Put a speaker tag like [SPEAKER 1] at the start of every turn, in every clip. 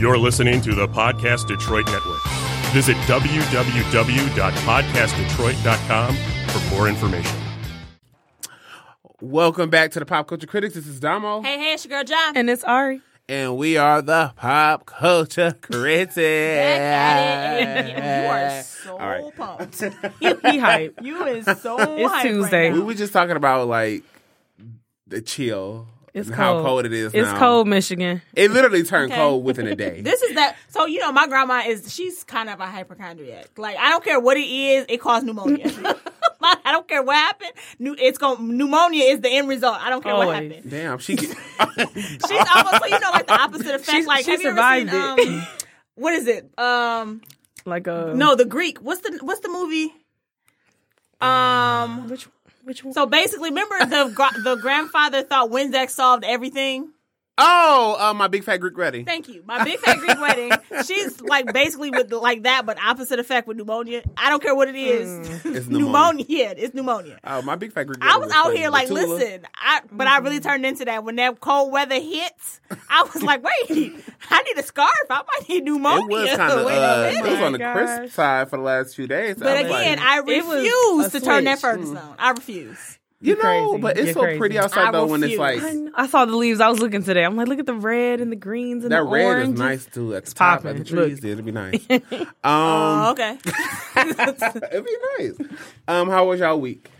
[SPEAKER 1] You're listening to the Podcast Detroit Network. Visit www.podcastdetroit.com for more information.
[SPEAKER 2] Welcome back to the Pop Culture Critics. This is Damo.
[SPEAKER 3] Hey, hey, it's your girl John.
[SPEAKER 4] And it's Ari.
[SPEAKER 2] And we are the Pop Culture Critics.
[SPEAKER 3] Back at it. You are so
[SPEAKER 2] right.
[SPEAKER 3] pumped.
[SPEAKER 4] He hype.
[SPEAKER 3] You is so
[SPEAKER 4] It's
[SPEAKER 3] hype
[SPEAKER 4] Tuesday.
[SPEAKER 3] Right
[SPEAKER 2] We
[SPEAKER 3] now.
[SPEAKER 2] were just talking about like the chill.
[SPEAKER 4] It's
[SPEAKER 2] and how
[SPEAKER 4] cold.
[SPEAKER 2] cold it is
[SPEAKER 4] It's
[SPEAKER 2] now.
[SPEAKER 4] cold, Michigan.
[SPEAKER 2] It literally turned
[SPEAKER 3] Okay.
[SPEAKER 2] cold within a day.
[SPEAKER 3] This is that. So you know, my grandma is. She's kind of a hypochondriac. Like I don't care what it is, it caused pneumonia. Like, I don't care what happened. New, it's going pneumonia is the end result. I don't care what
[SPEAKER 4] Always.
[SPEAKER 3] happened.
[SPEAKER 2] Damn, she get,
[SPEAKER 3] She's almost so you know like the opposite effect.
[SPEAKER 4] She's-
[SPEAKER 3] like
[SPEAKER 4] she
[SPEAKER 3] have you
[SPEAKER 4] survived
[SPEAKER 3] ever
[SPEAKER 4] it.
[SPEAKER 3] seen, Um, what is it? Um,
[SPEAKER 4] Like uh, a
[SPEAKER 3] no, the Greek. What's the what's the movie? Um.
[SPEAKER 4] Which which one?
[SPEAKER 3] So basically, remember the gr- the grandfather thought Windex solved everything.
[SPEAKER 2] Oh, uh, my big fat Greek ready.
[SPEAKER 3] Thank you. My big fat Greek wedding. She's like basically with like that, but opposite effect with pneumonia. I don't care what it is.
[SPEAKER 2] Mm, It's pneumonia.
[SPEAKER 3] pneumonia. Yeah, it's pneumonia.
[SPEAKER 2] Oh, my big fat Greek ready.
[SPEAKER 3] I was out
[SPEAKER 2] fucking
[SPEAKER 3] here like,
[SPEAKER 2] Batula.
[SPEAKER 3] listen, I but I really
[SPEAKER 2] Mm-hmm.
[SPEAKER 3] turned into that when that cold weather hits. I was like, wait, I need a scarf. I might need pneumonia.
[SPEAKER 2] It was kind of
[SPEAKER 3] Wait a
[SPEAKER 2] uh,
[SPEAKER 3] minute. Oh
[SPEAKER 2] it was on the
[SPEAKER 4] gosh.
[SPEAKER 2] crisp side for the last few days.
[SPEAKER 3] but
[SPEAKER 2] I was like, Mm-hmm.
[SPEAKER 3] again, I
[SPEAKER 4] It was a
[SPEAKER 3] refuse to turn that
[SPEAKER 4] switch.
[SPEAKER 3] Ferguson on. I refuse.
[SPEAKER 2] you know,
[SPEAKER 4] crazy.
[SPEAKER 2] but it's
[SPEAKER 4] You're
[SPEAKER 2] so
[SPEAKER 4] crazy.
[SPEAKER 2] pretty outside
[SPEAKER 3] I
[SPEAKER 2] though when it's like
[SPEAKER 3] refuse.
[SPEAKER 4] I know. I saw the leaves. I was looking today. I'm like, look at the red and the greens and
[SPEAKER 2] that
[SPEAKER 4] the
[SPEAKER 2] red
[SPEAKER 4] orange.
[SPEAKER 2] is nice too at the top of
[SPEAKER 4] popping.
[SPEAKER 2] the trees.
[SPEAKER 4] Look.
[SPEAKER 2] It'd be nice. Um,
[SPEAKER 3] Oh, okay.
[SPEAKER 2] it'd be nice. Um, how was y'all week?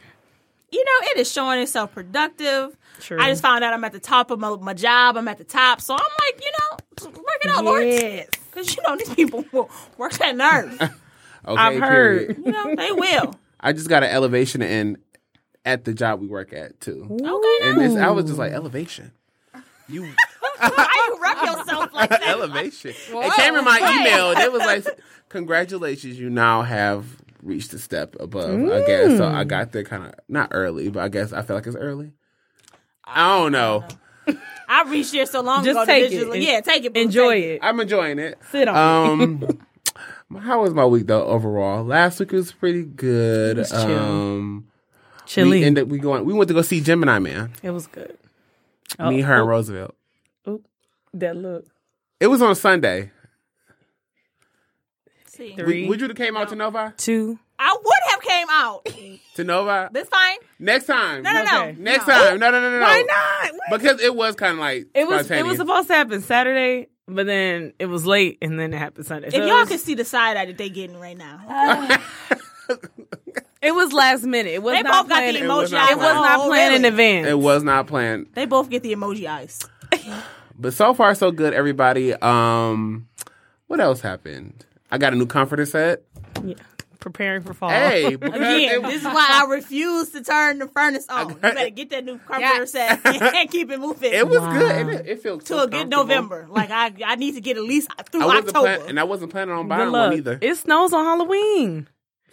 [SPEAKER 3] you know, it is showing itself productive.
[SPEAKER 4] True.
[SPEAKER 3] I just found out I'm at the top of my, my job. I'm at the top. So I'm like, you know, work it out, Lord.
[SPEAKER 4] Yes.
[SPEAKER 3] Because, you know, these people will work that nerve.
[SPEAKER 2] Okay,
[SPEAKER 4] I've heard.
[SPEAKER 2] period.
[SPEAKER 3] You know, they will.
[SPEAKER 2] I just got an elevation and at the job we work at too,
[SPEAKER 3] Okay, now.
[SPEAKER 2] and it's, I was just like elevation. You
[SPEAKER 3] Why you rub yourself like that?
[SPEAKER 2] elevation. It came in my email. And it was like, congratulations, you now have reached a step above. I guess so. I got there kind of not early, but I guess I feel like it's early. I don't know.
[SPEAKER 3] I reached there so long
[SPEAKER 4] Just
[SPEAKER 3] ago. to
[SPEAKER 4] take it
[SPEAKER 3] visually-
[SPEAKER 4] and
[SPEAKER 3] Yeah, take it. boo,
[SPEAKER 4] Enjoy
[SPEAKER 3] take
[SPEAKER 4] it.
[SPEAKER 2] I'm enjoying it.
[SPEAKER 4] Sit on
[SPEAKER 2] Um, how was my week though overall? Last week was pretty good.
[SPEAKER 4] was chill.
[SPEAKER 2] um,
[SPEAKER 4] it.
[SPEAKER 2] we
[SPEAKER 4] Chili.
[SPEAKER 2] ended we going. We went to go see Gemini Man.
[SPEAKER 4] it was good. Oh,
[SPEAKER 2] me, her, and Roosevelt.
[SPEAKER 4] Oop, that look.
[SPEAKER 2] It was on Sunday.
[SPEAKER 3] See.
[SPEAKER 4] Three,
[SPEAKER 2] Would you have came out to Novi?
[SPEAKER 4] two.
[SPEAKER 3] I would have came out.
[SPEAKER 2] To Novi
[SPEAKER 3] That's fine.
[SPEAKER 2] next time.
[SPEAKER 3] No, no, no.
[SPEAKER 4] Okay.
[SPEAKER 2] Next time. No, no, no, no, no.
[SPEAKER 4] Why not? What?
[SPEAKER 2] Because it was kind of like
[SPEAKER 4] It was. It was
[SPEAKER 2] spontaneous.
[SPEAKER 4] supposed to happen Saturday, but then it was late, and then it happened Sunday. So
[SPEAKER 3] If
[SPEAKER 4] it
[SPEAKER 3] y'all
[SPEAKER 4] was-
[SPEAKER 3] could see the side eye that they getting right now,
[SPEAKER 4] it was last minute. It was
[SPEAKER 3] they
[SPEAKER 4] not
[SPEAKER 3] both got
[SPEAKER 4] planned-
[SPEAKER 3] the
[SPEAKER 2] It was
[SPEAKER 3] emoji
[SPEAKER 2] not
[SPEAKER 3] eyes.
[SPEAKER 4] It was not
[SPEAKER 3] Oh,
[SPEAKER 4] planned in
[SPEAKER 3] really?
[SPEAKER 4] advance.
[SPEAKER 2] It was not planned.
[SPEAKER 3] They both get the emoji eyes.
[SPEAKER 2] But so far so good, everybody. Um, what else happened? I got a new comforter set.
[SPEAKER 4] Yeah. Preparing for fall.
[SPEAKER 2] Hey, because
[SPEAKER 3] Again,
[SPEAKER 2] it-
[SPEAKER 3] this is why I refuse to turn the furnace on. You better get that new comforter set and keep it moving
[SPEAKER 2] It was
[SPEAKER 4] Wow.
[SPEAKER 2] good. and It, it feels
[SPEAKER 3] till
[SPEAKER 2] so
[SPEAKER 3] a good
[SPEAKER 2] comfortable.
[SPEAKER 3] November. Like I, I need to get at least through
[SPEAKER 2] I wasn't
[SPEAKER 3] October.
[SPEAKER 2] plan- and I wasn't planning on
[SPEAKER 4] Good
[SPEAKER 2] buying
[SPEAKER 4] luck.
[SPEAKER 2] one either.
[SPEAKER 4] It snows on Halloween.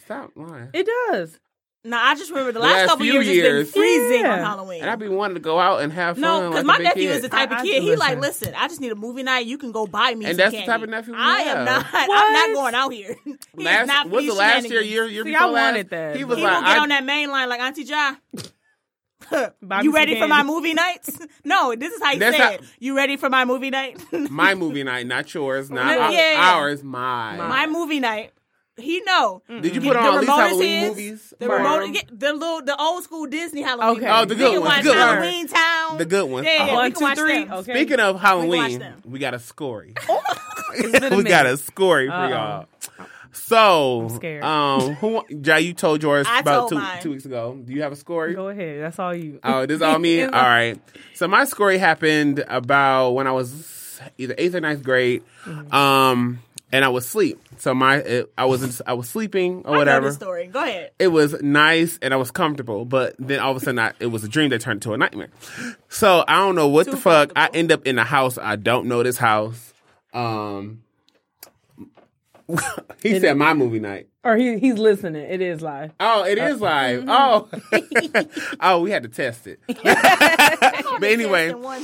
[SPEAKER 2] Stop lying.
[SPEAKER 4] It does.
[SPEAKER 3] now I just remember the last,
[SPEAKER 2] last
[SPEAKER 3] couple
[SPEAKER 2] few
[SPEAKER 3] years,
[SPEAKER 2] years.
[SPEAKER 3] it's been freezing on
[SPEAKER 4] Yeah.
[SPEAKER 3] Halloween.
[SPEAKER 2] and I've been wanting to go out and have fun.
[SPEAKER 3] no,
[SPEAKER 2] because
[SPEAKER 3] because my nephew
[SPEAKER 2] kid.
[SPEAKER 3] is the type of
[SPEAKER 4] I- I
[SPEAKER 3] kid.
[SPEAKER 4] do
[SPEAKER 3] he like,
[SPEAKER 4] listen.
[SPEAKER 3] listen, I just need a movie night. You can go buy me.
[SPEAKER 2] And
[SPEAKER 3] some
[SPEAKER 2] that's the
[SPEAKER 3] candy."
[SPEAKER 2] type of nephew we
[SPEAKER 3] I
[SPEAKER 2] have.
[SPEAKER 3] am not. I'm
[SPEAKER 4] What?
[SPEAKER 3] not going out here. He is
[SPEAKER 2] Last
[SPEAKER 3] not
[SPEAKER 2] was
[SPEAKER 3] for
[SPEAKER 2] the
[SPEAKER 3] these
[SPEAKER 2] last year,
[SPEAKER 3] shenanigans.
[SPEAKER 2] year, year
[SPEAKER 4] See,
[SPEAKER 2] before
[SPEAKER 4] I
[SPEAKER 2] last.
[SPEAKER 4] wanted that.
[SPEAKER 2] He was
[SPEAKER 3] He
[SPEAKER 2] like,
[SPEAKER 3] will get
[SPEAKER 2] I-
[SPEAKER 3] on that main line like Auntie Ja.
[SPEAKER 4] Buy me
[SPEAKER 3] you
[SPEAKER 4] some
[SPEAKER 3] ready for my
[SPEAKER 4] candy.
[SPEAKER 3] movie nights? No, this is how you
[SPEAKER 2] That's
[SPEAKER 3] say
[SPEAKER 2] how-
[SPEAKER 3] it. You ready for my movie night?
[SPEAKER 2] my movie night, not yours, not
[SPEAKER 3] Yeah,
[SPEAKER 2] ou-
[SPEAKER 3] yeah, yeah.
[SPEAKER 2] ours, mine.
[SPEAKER 3] my movie night. He know.
[SPEAKER 2] Did
[SPEAKER 4] Mm.
[SPEAKER 2] you put on
[SPEAKER 3] the
[SPEAKER 2] at least
[SPEAKER 3] remote is
[SPEAKER 2] Halloween
[SPEAKER 3] his.
[SPEAKER 2] movies?
[SPEAKER 3] The
[SPEAKER 2] Right.
[SPEAKER 3] remote, yeah, the little, the old school Disney Halloween.
[SPEAKER 4] Okay.
[SPEAKER 3] movies.
[SPEAKER 4] Oh, the
[SPEAKER 3] We
[SPEAKER 4] good
[SPEAKER 3] can
[SPEAKER 4] ones,
[SPEAKER 3] watch
[SPEAKER 4] good ones.
[SPEAKER 3] Halloween Town.
[SPEAKER 2] The good ones.
[SPEAKER 3] Yeah, yeah,
[SPEAKER 2] Oh.
[SPEAKER 3] we
[SPEAKER 4] One,
[SPEAKER 3] can
[SPEAKER 4] two,
[SPEAKER 3] watch
[SPEAKER 4] three.
[SPEAKER 3] them.
[SPEAKER 4] Okay.
[SPEAKER 2] Speaking of Halloween,
[SPEAKER 3] them.
[SPEAKER 2] we, got a scory.
[SPEAKER 4] It's been a
[SPEAKER 2] we got
[SPEAKER 4] minute.
[SPEAKER 2] a scory for y'all. So,
[SPEAKER 4] scared.
[SPEAKER 2] um, who? Ja, you told yours
[SPEAKER 3] I
[SPEAKER 2] about
[SPEAKER 3] told
[SPEAKER 2] two,
[SPEAKER 3] mine.
[SPEAKER 2] two weeks ago. Do you have a scory?
[SPEAKER 4] Go ahead. That's all you.
[SPEAKER 2] Oh, this all me? all right. So my story happened about when I was either eighth or ninth grade,
[SPEAKER 3] Mm-hmm.
[SPEAKER 2] um, and I was asleep. So my it, I was in, I was sleeping or
[SPEAKER 3] I know
[SPEAKER 2] whatever.
[SPEAKER 3] the story. Go ahead.
[SPEAKER 2] It was nice and I was comfortable, but then all of a sudden I, it was a dream that turned into a nightmare. So I don't know what the fuck. I end up in a house I don't know this house. Um, he said my movie night.
[SPEAKER 4] Or he, he's listening. It is live.
[SPEAKER 2] Oh, it is live. Oh, oh, we had to test it. but anyway,
[SPEAKER 3] Just in one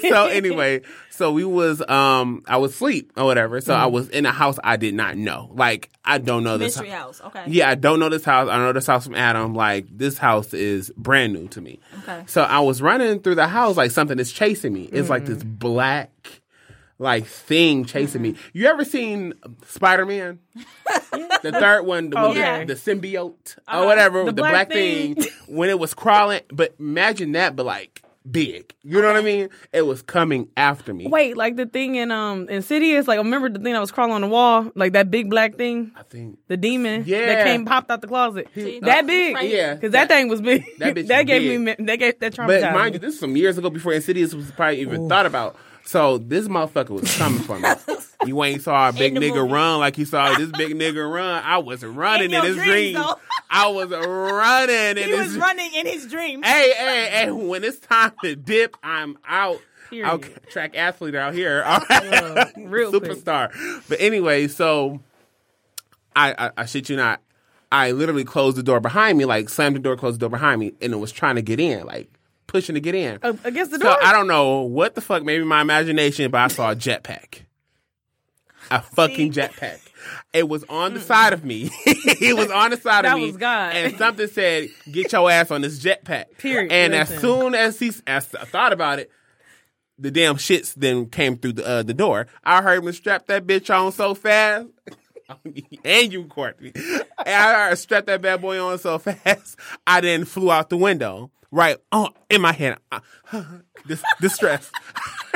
[SPEAKER 2] so anyway, so we was um I was asleep or whatever. So I was in a house I did not know. Like I don't know this
[SPEAKER 3] Mystery House. Okay.
[SPEAKER 2] Yeah, I don't know this house. I know this house from Adam. Like this house is brand new to me.
[SPEAKER 3] Okay.
[SPEAKER 4] Hmm.
[SPEAKER 2] So I was running through the house like something is chasing me. It's like this black like thing chasing me.
[SPEAKER 4] Mm-hmm.
[SPEAKER 2] You ever seen Spider Man? the third one, the, one
[SPEAKER 4] Okay. Uh-huh.
[SPEAKER 2] that- the, symbiote or whatever, the,
[SPEAKER 4] black
[SPEAKER 2] black thing.
[SPEAKER 4] thing.
[SPEAKER 2] when it was crawling, but imagine that, but like big. You know what I mean? It was coming after me.
[SPEAKER 4] Wait, like the thing in um Insidious, like remember the thing that was crawling on the wall, like that big black thing,
[SPEAKER 2] I think
[SPEAKER 4] the demon
[SPEAKER 2] Yeah. uh,
[SPEAKER 4] that came popped out the closet.
[SPEAKER 3] that's
[SPEAKER 4] that big,
[SPEAKER 3] right.
[SPEAKER 2] Yeah,
[SPEAKER 4] because that, thing was big.
[SPEAKER 2] that bitch
[SPEAKER 4] gave
[SPEAKER 2] big.
[SPEAKER 4] me me that gave that traumatized.
[SPEAKER 2] But mind you,
[SPEAKER 4] me.
[SPEAKER 2] this is some years ago before Insidious was probably even thought about. So this motherfucker was coming for me. you ain't saw a big
[SPEAKER 3] the
[SPEAKER 2] nigga
[SPEAKER 3] movie.
[SPEAKER 2] run like you saw this big nigga run. I wasn't running in,
[SPEAKER 3] your
[SPEAKER 2] his
[SPEAKER 3] dreams,
[SPEAKER 2] dream.
[SPEAKER 3] though.
[SPEAKER 2] I was running in
[SPEAKER 3] He
[SPEAKER 2] his
[SPEAKER 3] was running in his dream.
[SPEAKER 2] Hey, hey, hey, when it's time to dip, I'm out.
[SPEAKER 4] Period.
[SPEAKER 2] I'll track athlete out here. All right.
[SPEAKER 4] real quick.
[SPEAKER 2] Superstar. But anyway, so I, I I shit you not. I literally closed the door behind me, like slammed the door, closed the door behind me, and it was trying to get in, like pushing to get in.
[SPEAKER 4] Uh, against the
[SPEAKER 2] so
[SPEAKER 4] door.
[SPEAKER 2] I don't know what the fuck, maybe my imagination, but I saw a jetpack. A fucking jetpack. It was on the side of me. it was on the side
[SPEAKER 4] That
[SPEAKER 2] of me.
[SPEAKER 4] was God.
[SPEAKER 2] And something said, "Get your ass on this jetpack."
[SPEAKER 4] Period.
[SPEAKER 2] And as
[SPEAKER 4] Listen.
[SPEAKER 2] soon as he as I thought about it, the damn shits then came through the uh, the door. I heard him strap that bitch on so fast. and you Courtney. And I heard strap that bad boy on so fast. I then flew out the window. Right on in my head. Uh, dis- distressed.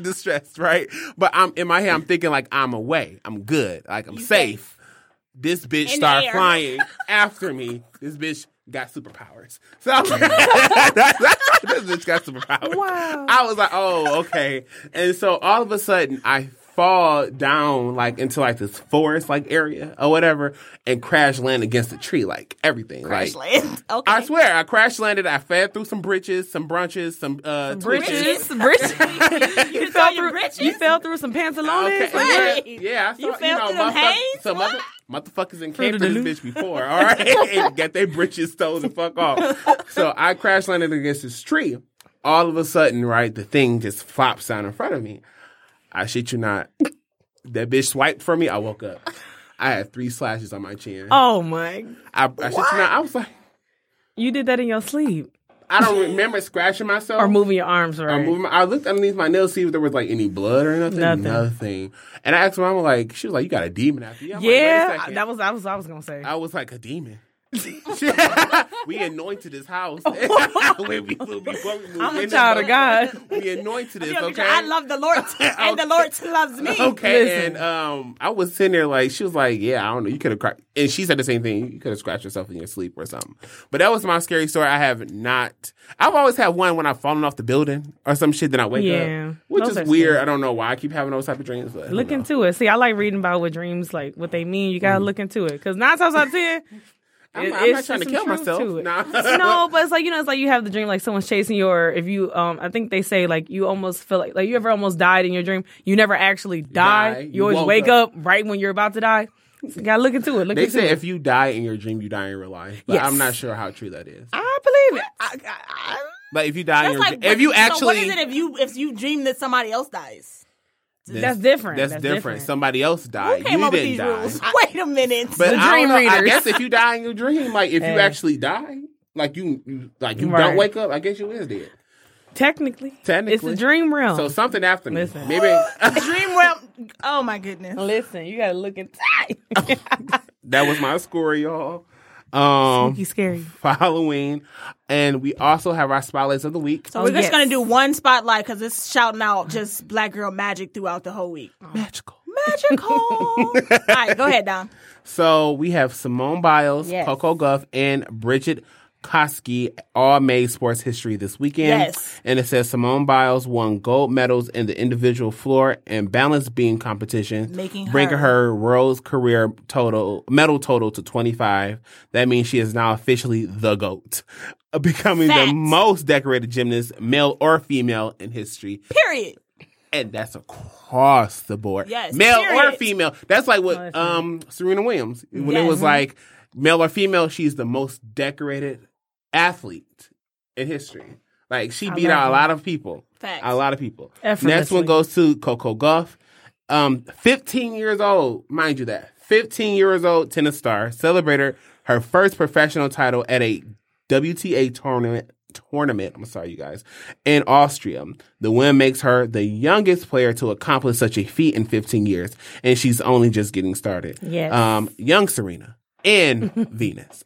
[SPEAKER 2] distressed, right? But I'm in my head I'm thinking like I'm away. I'm good. Like I'm safe. This bitch
[SPEAKER 3] the
[SPEAKER 2] started
[SPEAKER 3] air.
[SPEAKER 2] flying after me. This bitch got superpowers. So this bitch got superpowers.
[SPEAKER 4] Wow.
[SPEAKER 2] I was like, oh, okay. And so all of a sudden, I fall down like into like this forest like area or whatever, and crash land against a tree, like everything.
[SPEAKER 3] Crash
[SPEAKER 2] like
[SPEAKER 3] land. Okay.
[SPEAKER 2] I swear, I crash landed. I fed through some bridges, some brunches, some uh,
[SPEAKER 4] Britches.
[SPEAKER 2] twitches.
[SPEAKER 4] Britches.
[SPEAKER 3] You,
[SPEAKER 4] fell
[SPEAKER 3] saw your
[SPEAKER 4] through,
[SPEAKER 3] britches?
[SPEAKER 4] you fell through some pantalones.
[SPEAKER 2] Okay,
[SPEAKER 4] Like,
[SPEAKER 3] Right.
[SPEAKER 2] yeah, yeah, I saw,
[SPEAKER 3] You
[SPEAKER 2] you,
[SPEAKER 3] fell
[SPEAKER 2] know,
[SPEAKER 3] through them
[SPEAKER 2] motherfuck-
[SPEAKER 3] haze?
[SPEAKER 2] some
[SPEAKER 3] What?
[SPEAKER 2] mother, motherfuckers in came
[SPEAKER 4] the
[SPEAKER 2] through
[SPEAKER 4] Duluth.
[SPEAKER 2] this bitch before, all right, and got their britches stolen the fuck off. So I crash landed against this tree. All of a sudden, right, the thing just flops down in front of me. I shit you not, that bitch swiped for me. I woke up. I had three slashes on my chin.
[SPEAKER 4] oh my!
[SPEAKER 2] I, I shit you not, I was like,
[SPEAKER 4] You did that in your sleep
[SPEAKER 2] I don't remember scratching myself
[SPEAKER 4] or moving your arms
[SPEAKER 2] I
[SPEAKER 4] around?
[SPEAKER 2] moved my, I looked underneath my nails to see if there was like any blood or nothing.
[SPEAKER 4] Nothing.
[SPEAKER 2] Nothing. And I asked my mama, like, she was like, "You got a demon after you?" I'm like, Wait
[SPEAKER 4] yeah,
[SPEAKER 2] a second.
[SPEAKER 4] that was I was I was gonna say.
[SPEAKER 2] I was like a demon. we anointed this house When we moved- before we moved
[SPEAKER 4] I'm a
[SPEAKER 2] in
[SPEAKER 4] child of
[SPEAKER 2] this
[SPEAKER 4] God.
[SPEAKER 2] house, We anointed
[SPEAKER 3] You
[SPEAKER 2] this,
[SPEAKER 3] know,
[SPEAKER 2] okay?
[SPEAKER 3] I love the Lord, and the Lord loves me.
[SPEAKER 2] Okay,
[SPEAKER 4] Listen.
[SPEAKER 2] and um, I was sitting there like she was like, "Yeah, I don't know, you could have cracked," and she said the same thing. You could have scratched yourself in your sleep or something. But that was my scary story. I have not. I've always had one when I've fallen off the building or some shit. Then I wake
[SPEAKER 4] Yeah,
[SPEAKER 2] up, which
[SPEAKER 4] those
[SPEAKER 2] is
[SPEAKER 4] are
[SPEAKER 2] weird. I don't know why I keep having those type of dreams. But I don't
[SPEAKER 4] Look
[SPEAKER 2] know.
[SPEAKER 4] into it. See, I like reading about what dreams like, what they mean. You gotta look into it because nine times out of ten,
[SPEAKER 2] Mm-hmm. I'm,
[SPEAKER 4] it-
[SPEAKER 2] I'm not
[SPEAKER 4] it's
[SPEAKER 2] trying to
[SPEAKER 4] some
[SPEAKER 2] kill
[SPEAKER 4] truth
[SPEAKER 2] myself.
[SPEAKER 4] to it.
[SPEAKER 2] Nah.
[SPEAKER 4] no, but it's like you know, it's like you have the dream like someone's chasing you, or if you, um, I think they say like you almost feel like like you ever almost died in your dream. You never actually die.
[SPEAKER 2] die.
[SPEAKER 4] You,
[SPEAKER 2] You
[SPEAKER 4] always
[SPEAKER 2] woke
[SPEAKER 4] wake up.
[SPEAKER 2] up.
[SPEAKER 4] right when you're about to die. You gotta look into it. Look
[SPEAKER 2] They
[SPEAKER 4] into
[SPEAKER 2] say
[SPEAKER 4] it.
[SPEAKER 2] if you die in your dream, you die in real life. But
[SPEAKER 4] Yes.
[SPEAKER 2] I'm not sure how true that is.
[SPEAKER 4] I believe it. I, I, I,
[SPEAKER 2] But if you die in
[SPEAKER 3] That's
[SPEAKER 2] your
[SPEAKER 3] like
[SPEAKER 2] if you actually
[SPEAKER 3] So what is it if you if you dream that somebody else dies?
[SPEAKER 4] That's different.
[SPEAKER 2] That's,
[SPEAKER 4] That's
[SPEAKER 2] different.
[SPEAKER 4] different.
[SPEAKER 2] Somebody else died.
[SPEAKER 3] Who came
[SPEAKER 2] you
[SPEAKER 3] up with
[SPEAKER 2] didn't
[SPEAKER 3] these
[SPEAKER 2] die.
[SPEAKER 3] rules? Wait a minute.
[SPEAKER 2] But
[SPEAKER 4] The
[SPEAKER 2] I,
[SPEAKER 4] dream
[SPEAKER 2] don't know, I
[SPEAKER 4] readers.
[SPEAKER 2] guess if you die in your dream, like if you
[SPEAKER 4] Hey.
[SPEAKER 2] actually die, like you, you like you
[SPEAKER 4] Right.
[SPEAKER 2] don't wake up, I guess you is dead.
[SPEAKER 4] technically, it's
[SPEAKER 2] Technically.
[SPEAKER 4] the dream realm.
[SPEAKER 2] So something after me,
[SPEAKER 4] Oh. Listen.
[SPEAKER 2] maybe
[SPEAKER 3] dream realm. Oh my goodness.
[SPEAKER 4] Listen, you gotta look into.
[SPEAKER 2] that was my score, y'all. Um,
[SPEAKER 4] He's scary.
[SPEAKER 2] following, and we also have our spotlights of the week.
[SPEAKER 3] So we're just
[SPEAKER 4] Oh, yes.
[SPEAKER 3] gonna do one spotlight because it's shouting out just black girl magic throughout the whole
[SPEAKER 4] Oh.
[SPEAKER 3] week.
[SPEAKER 2] Magical.
[SPEAKER 3] Magical. All right, go ahead, Dom.
[SPEAKER 2] So we have Simone Biles,
[SPEAKER 4] Yes.
[SPEAKER 2] Coco Guff, and Bridget Koski all made sports history this weekend.
[SPEAKER 3] Yes.
[SPEAKER 2] And it says Simone Biles won gold medals in the individual floor and balance beam competition,
[SPEAKER 3] Making
[SPEAKER 2] bringing
[SPEAKER 3] her-
[SPEAKER 2] her world's career total medal total to 25. That means she is now officially the GOAT, becoming
[SPEAKER 3] Facts.
[SPEAKER 2] the most decorated gymnast, male or female, in history
[SPEAKER 3] Period.
[SPEAKER 2] and that's across the board.
[SPEAKER 3] Yes,
[SPEAKER 2] male or
[SPEAKER 3] period.
[SPEAKER 2] female. That's like what
[SPEAKER 4] that's right.
[SPEAKER 2] um Serena Williams when it
[SPEAKER 3] Yes.
[SPEAKER 2] was like male or female. She's the most decorated athlete in history. Like she beat
[SPEAKER 4] love
[SPEAKER 2] out
[SPEAKER 4] it.
[SPEAKER 2] a lot of people.
[SPEAKER 3] Facts.
[SPEAKER 2] A lot of people. Next
[SPEAKER 4] Effortlessly.
[SPEAKER 2] one goes to Coco Guff. Um, 15 years old, mind you that. 15 years old tennis star celebrated her first professional title at a WTA tournament tournament. I'm sorry, you guys, in Austria. The win makes her the youngest player to accomplish such a feat in 15 years, and she's only just getting started.
[SPEAKER 4] Yes.
[SPEAKER 2] Um, young Serena and Venus.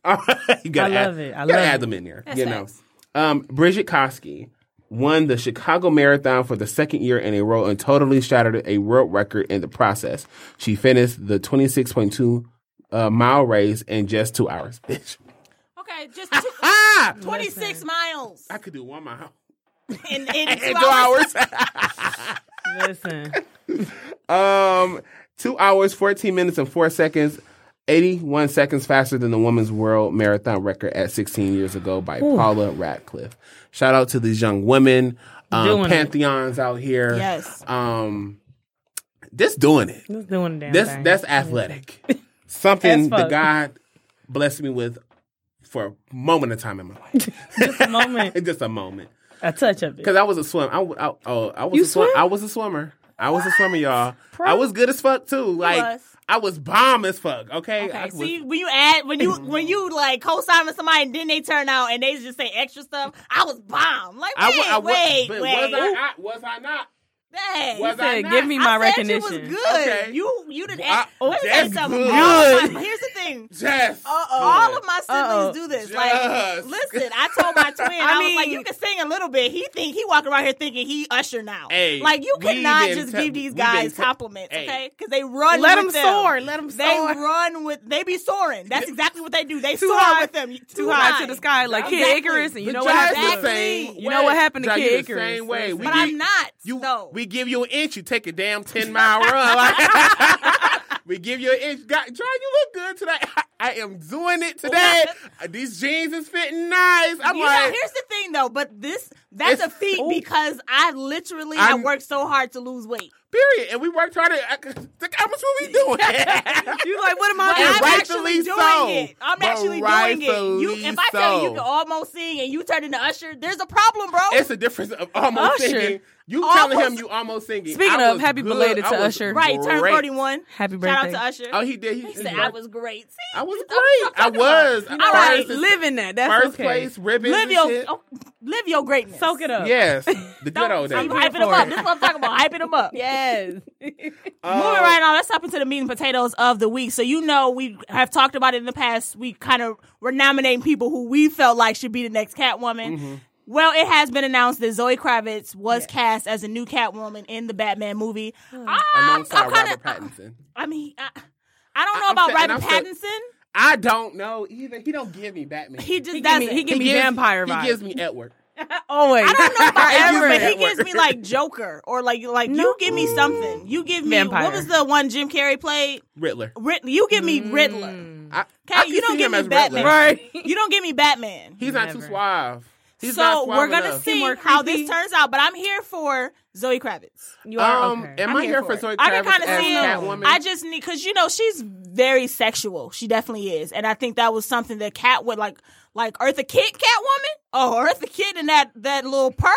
[SPEAKER 2] you gotta
[SPEAKER 4] I love
[SPEAKER 2] add,
[SPEAKER 4] it. I
[SPEAKER 2] you gotta
[SPEAKER 4] love
[SPEAKER 2] add
[SPEAKER 4] it.
[SPEAKER 2] them in there.
[SPEAKER 3] That's
[SPEAKER 2] you know.
[SPEAKER 3] facts.
[SPEAKER 2] Um, Bridget Koski won the Chicago Marathon for the second year in a row and totally shattered a world record in the process. She finished the 26.2 uh, mile race in just two hours. Bitch.
[SPEAKER 3] Okay, just two,
[SPEAKER 2] Ah!
[SPEAKER 3] 26 miles
[SPEAKER 2] I could do one mile
[SPEAKER 3] in, in two
[SPEAKER 2] in two
[SPEAKER 3] hours.
[SPEAKER 2] hours.
[SPEAKER 4] Listen,
[SPEAKER 2] Um, two hours, 14 minutes, and four seconds. 81 seconds faster than the women's world marathon record at 16 years ago by Paula Radcliffe. Shout out to these young women, um,
[SPEAKER 4] Doing it.
[SPEAKER 2] pantheons out here.
[SPEAKER 3] Yes.
[SPEAKER 2] Um, just doing it.
[SPEAKER 4] just doing the damn
[SPEAKER 2] That's
[SPEAKER 4] thing.
[SPEAKER 2] that's athletic.
[SPEAKER 4] As
[SPEAKER 2] Something
[SPEAKER 4] fuck.
[SPEAKER 2] that God blessed me with for a moment of time in my life.
[SPEAKER 4] just a moment,
[SPEAKER 2] just a moment.
[SPEAKER 4] a touch of it.
[SPEAKER 2] Because I was a swim. I, w- I- oh, I was
[SPEAKER 4] You
[SPEAKER 2] a swim.
[SPEAKER 4] swim?
[SPEAKER 2] I was a swimmer. I was a swimmer, y'all. I was good as fuck too. Like
[SPEAKER 3] was.
[SPEAKER 2] I was bomb as fuck. Okay. I
[SPEAKER 3] Okay,
[SPEAKER 2] was-
[SPEAKER 3] see when you add when you when you like co-sign with somebody and then they turn out and they just say extra stuff. I was bomb. Like
[SPEAKER 2] I
[SPEAKER 3] wait,
[SPEAKER 2] wa- I wa-
[SPEAKER 3] wait,
[SPEAKER 2] but
[SPEAKER 3] wait.
[SPEAKER 2] Was I, I- was I not?
[SPEAKER 3] Dang.
[SPEAKER 2] was I
[SPEAKER 4] Said,
[SPEAKER 2] not?
[SPEAKER 4] give me my
[SPEAKER 3] I said you was
[SPEAKER 4] recognition.
[SPEAKER 3] good.
[SPEAKER 2] Okay.
[SPEAKER 3] You you didn't.
[SPEAKER 2] Well,
[SPEAKER 3] ask.
[SPEAKER 2] I-
[SPEAKER 3] Let me tell you
[SPEAKER 2] that's
[SPEAKER 3] something.
[SPEAKER 2] good.
[SPEAKER 3] All of my- here's the thing.
[SPEAKER 2] Yes.
[SPEAKER 3] All of my siblings
[SPEAKER 4] Uh-oh.
[SPEAKER 3] do this.
[SPEAKER 2] Just-
[SPEAKER 3] Like, listen, I told my twin, I,
[SPEAKER 4] I
[SPEAKER 3] was like,
[SPEAKER 4] mean-
[SPEAKER 3] you can sing a little bit. He think he walking around here thinking he usher now.
[SPEAKER 2] Hey,
[SPEAKER 3] like you
[SPEAKER 2] we
[SPEAKER 3] cannot
[SPEAKER 2] been
[SPEAKER 3] just
[SPEAKER 2] te-
[SPEAKER 3] give these
[SPEAKER 2] we been
[SPEAKER 3] guys
[SPEAKER 2] te-
[SPEAKER 3] compliments,
[SPEAKER 2] Hey.
[SPEAKER 3] okay? Because they run.
[SPEAKER 4] Let
[SPEAKER 3] with
[SPEAKER 4] them soar. Let them
[SPEAKER 3] They
[SPEAKER 4] soar.
[SPEAKER 3] run with. They be soaring. That's exactly what they do. They
[SPEAKER 4] Too
[SPEAKER 3] soar
[SPEAKER 4] high-
[SPEAKER 3] with them.
[SPEAKER 4] too high to the sky, like Kid
[SPEAKER 3] Exactly.
[SPEAKER 4] Icarus, and you
[SPEAKER 2] The
[SPEAKER 4] know what
[SPEAKER 2] Jazz
[SPEAKER 4] happened.
[SPEAKER 3] happens.
[SPEAKER 2] the same
[SPEAKER 3] Exactly.
[SPEAKER 4] You know what
[SPEAKER 2] way.
[SPEAKER 4] happened to
[SPEAKER 2] Jazz,
[SPEAKER 4] Kid
[SPEAKER 2] you
[SPEAKER 4] Icarus.
[SPEAKER 2] The same way.
[SPEAKER 4] But
[SPEAKER 2] We
[SPEAKER 3] But
[SPEAKER 2] give-
[SPEAKER 3] I'm not.
[SPEAKER 2] You,
[SPEAKER 3] though.
[SPEAKER 2] we give you an inch, you take a damn ten mile run. Like, we give you an inch. God, John, you look good today. I, I am doing it today. These jeans is fitting nice. I'm
[SPEAKER 3] You know,
[SPEAKER 2] like,
[SPEAKER 3] here's the thing though, but this that's
[SPEAKER 2] It's-
[SPEAKER 3] a feat
[SPEAKER 4] Ooh.
[SPEAKER 3] because I literally I
[SPEAKER 2] I'm-
[SPEAKER 3] worked so hard to lose weight.
[SPEAKER 2] period. And we worked hard. At, how much were we doing?
[SPEAKER 4] You like, what am
[SPEAKER 3] But
[SPEAKER 4] I
[SPEAKER 2] And
[SPEAKER 3] I'm
[SPEAKER 4] doing?
[SPEAKER 2] rightfully
[SPEAKER 3] actually doing
[SPEAKER 2] so.
[SPEAKER 3] it. I'm
[SPEAKER 2] But
[SPEAKER 3] actually doing it. You,
[SPEAKER 2] rightfully
[SPEAKER 3] if I tell you you
[SPEAKER 2] so.
[SPEAKER 3] can almost sing and you turn into Usher, there's a problem, bro.
[SPEAKER 2] it's a difference of almost
[SPEAKER 4] Usher.
[SPEAKER 2] singing. You
[SPEAKER 3] Almost-
[SPEAKER 2] telling him you almost singing.
[SPEAKER 4] Speaking
[SPEAKER 2] I
[SPEAKER 4] of,
[SPEAKER 2] was
[SPEAKER 4] happy
[SPEAKER 2] good.
[SPEAKER 4] belated
[SPEAKER 2] I
[SPEAKER 4] to
[SPEAKER 2] was
[SPEAKER 4] Usher.
[SPEAKER 3] right, turn
[SPEAKER 2] great.
[SPEAKER 3] 41.
[SPEAKER 4] Happy
[SPEAKER 3] Shout out
[SPEAKER 4] birthday.
[SPEAKER 3] to Usher.
[SPEAKER 2] Oh, he did. He,
[SPEAKER 3] he said I was great. See,
[SPEAKER 2] I was
[SPEAKER 3] that's
[SPEAKER 2] great.
[SPEAKER 3] what I'm
[SPEAKER 2] I
[SPEAKER 3] talking about.
[SPEAKER 2] was.
[SPEAKER 3] You know,
[SPEAKER 2] All
[SPEAKER 3] like,
[SPEAKER 2] right.
[SPEAKER 4] live in that. That's
[SPEAKER 2] First
[SPEAKER 4] okay.
[SPEAKER 2] place ribbon.
[SPEAKER 3] live your oh, live your greatness.
[SPEAKER 4] Soak it up.
[SPEAKER 2] Yes, the good old
[SPEAKER 3] I'm
[SPEAKER 2] days.
[SPEAKER 4] here
[SPEAKER 3] hyping
[SPEAKER 4] for
[SPEAKER 3] them up.
[SPEAKER 4] it.
[SPEAKER 3] This is what I'm talking about. Hyping them up.
[SPEAKER 4] Yes.
[SPEAKER 2] Oh,
[SPEAKER 3] Moving right on, let's hop into the meat and potatoes of the week. So you know we have talked about it in the past. We kind of were nominating people who we felt like should be the next Catwoman. Well, it has been announced that Zoe Kravitz was cast as a new Catwoman in the Batman movie. I, I'm,
[SPEAKER 2] alongside
[SPEAKER 3] I'm kind
[SPEAKER 2] Robert
[SPEAKER 3] of,
[SPEAKER 2] Pattinson.
[SPEAKER 3] I mean, I, I don't know
[SPEAKER 2] I'm
[SPEAKER 3] about
[SPEAKER 2] saying- and
[SPEAKER 3] Robert
[SPEAKER 2] I'm
[SPEAKER 3] Pattinson.
[SPEAKER 2] saying- I don't know either. He don't give me Batman.
[SPEAKER 3] he just
[SPEAKER 4] He give
[SPEAKER 3] doesn't.
[SPEAKER 4] me, he give me
[SPEAKER 2] gives-
[SPEAKER 4] vampire vibes.
[SPEAKER 2] He gives me Edward.
[SPEAKER 4] always.
[SPEAKER 3] I don't know about
[SPEAKER 2] Ever.
[SPEAKER 3] Edward, but he
[SPEAKER 2] Edward.
[SPEAKER 3] gives me like Joker or like like you give me something. You give me
[SPEAKER 4] Vampire.
[SPEAKER 3] what was the one Jim Carrey played?
[SPEAKER 2] Riddler.
[SPEAKER 3] Rid- you give me Riddler.
[SPEAKER 2] I, okay,
[SPEAKER 3] Okay, you don't give me Batman.
[SPEAKER 4] Right.
[SPEAKER 3] You don't give me Batman.
[SPEAKER 2] He's not too
[SPEAKER 4] Never.
[SPEAKER 2] suave. He's
[SPEAKER 3] so
[SPEAKER 2] not suave
[SPEAKER 3] we're gonna
[SPEAKER 2] enough.
[SPEAKER 4] He
[SPEAKER 3] see
[SPEAKER 4] more
[SPEAKER 3] how
[SPEAKER 4] creepy.
[SPEAKER 3] this turns out. But I'm here for Zoe Kravitz.
[SPEAKER 4] You are
[SPEAKER 2] Um,
[SPEAKER 4] okay.
[SPEAKER 2] am
[SPEAKER 3] I'm
[SPEAKER 2] I here for
[SPEAKER 3] it.
[SPEAKER 2] Zoe Kravitz
[SPEAKER 3] I can kind of
[SPEAKER 2] as
[SPEAKER 3] see it.
[SPEAKER 2] Catwoman?
[SPEAKER 3] I just need because you know she's very sexual. She definitely is, and I think that was something that Cat would like, like Eartha Kitt, Catwoman. Oh, Eartha Kitt and that that little purr.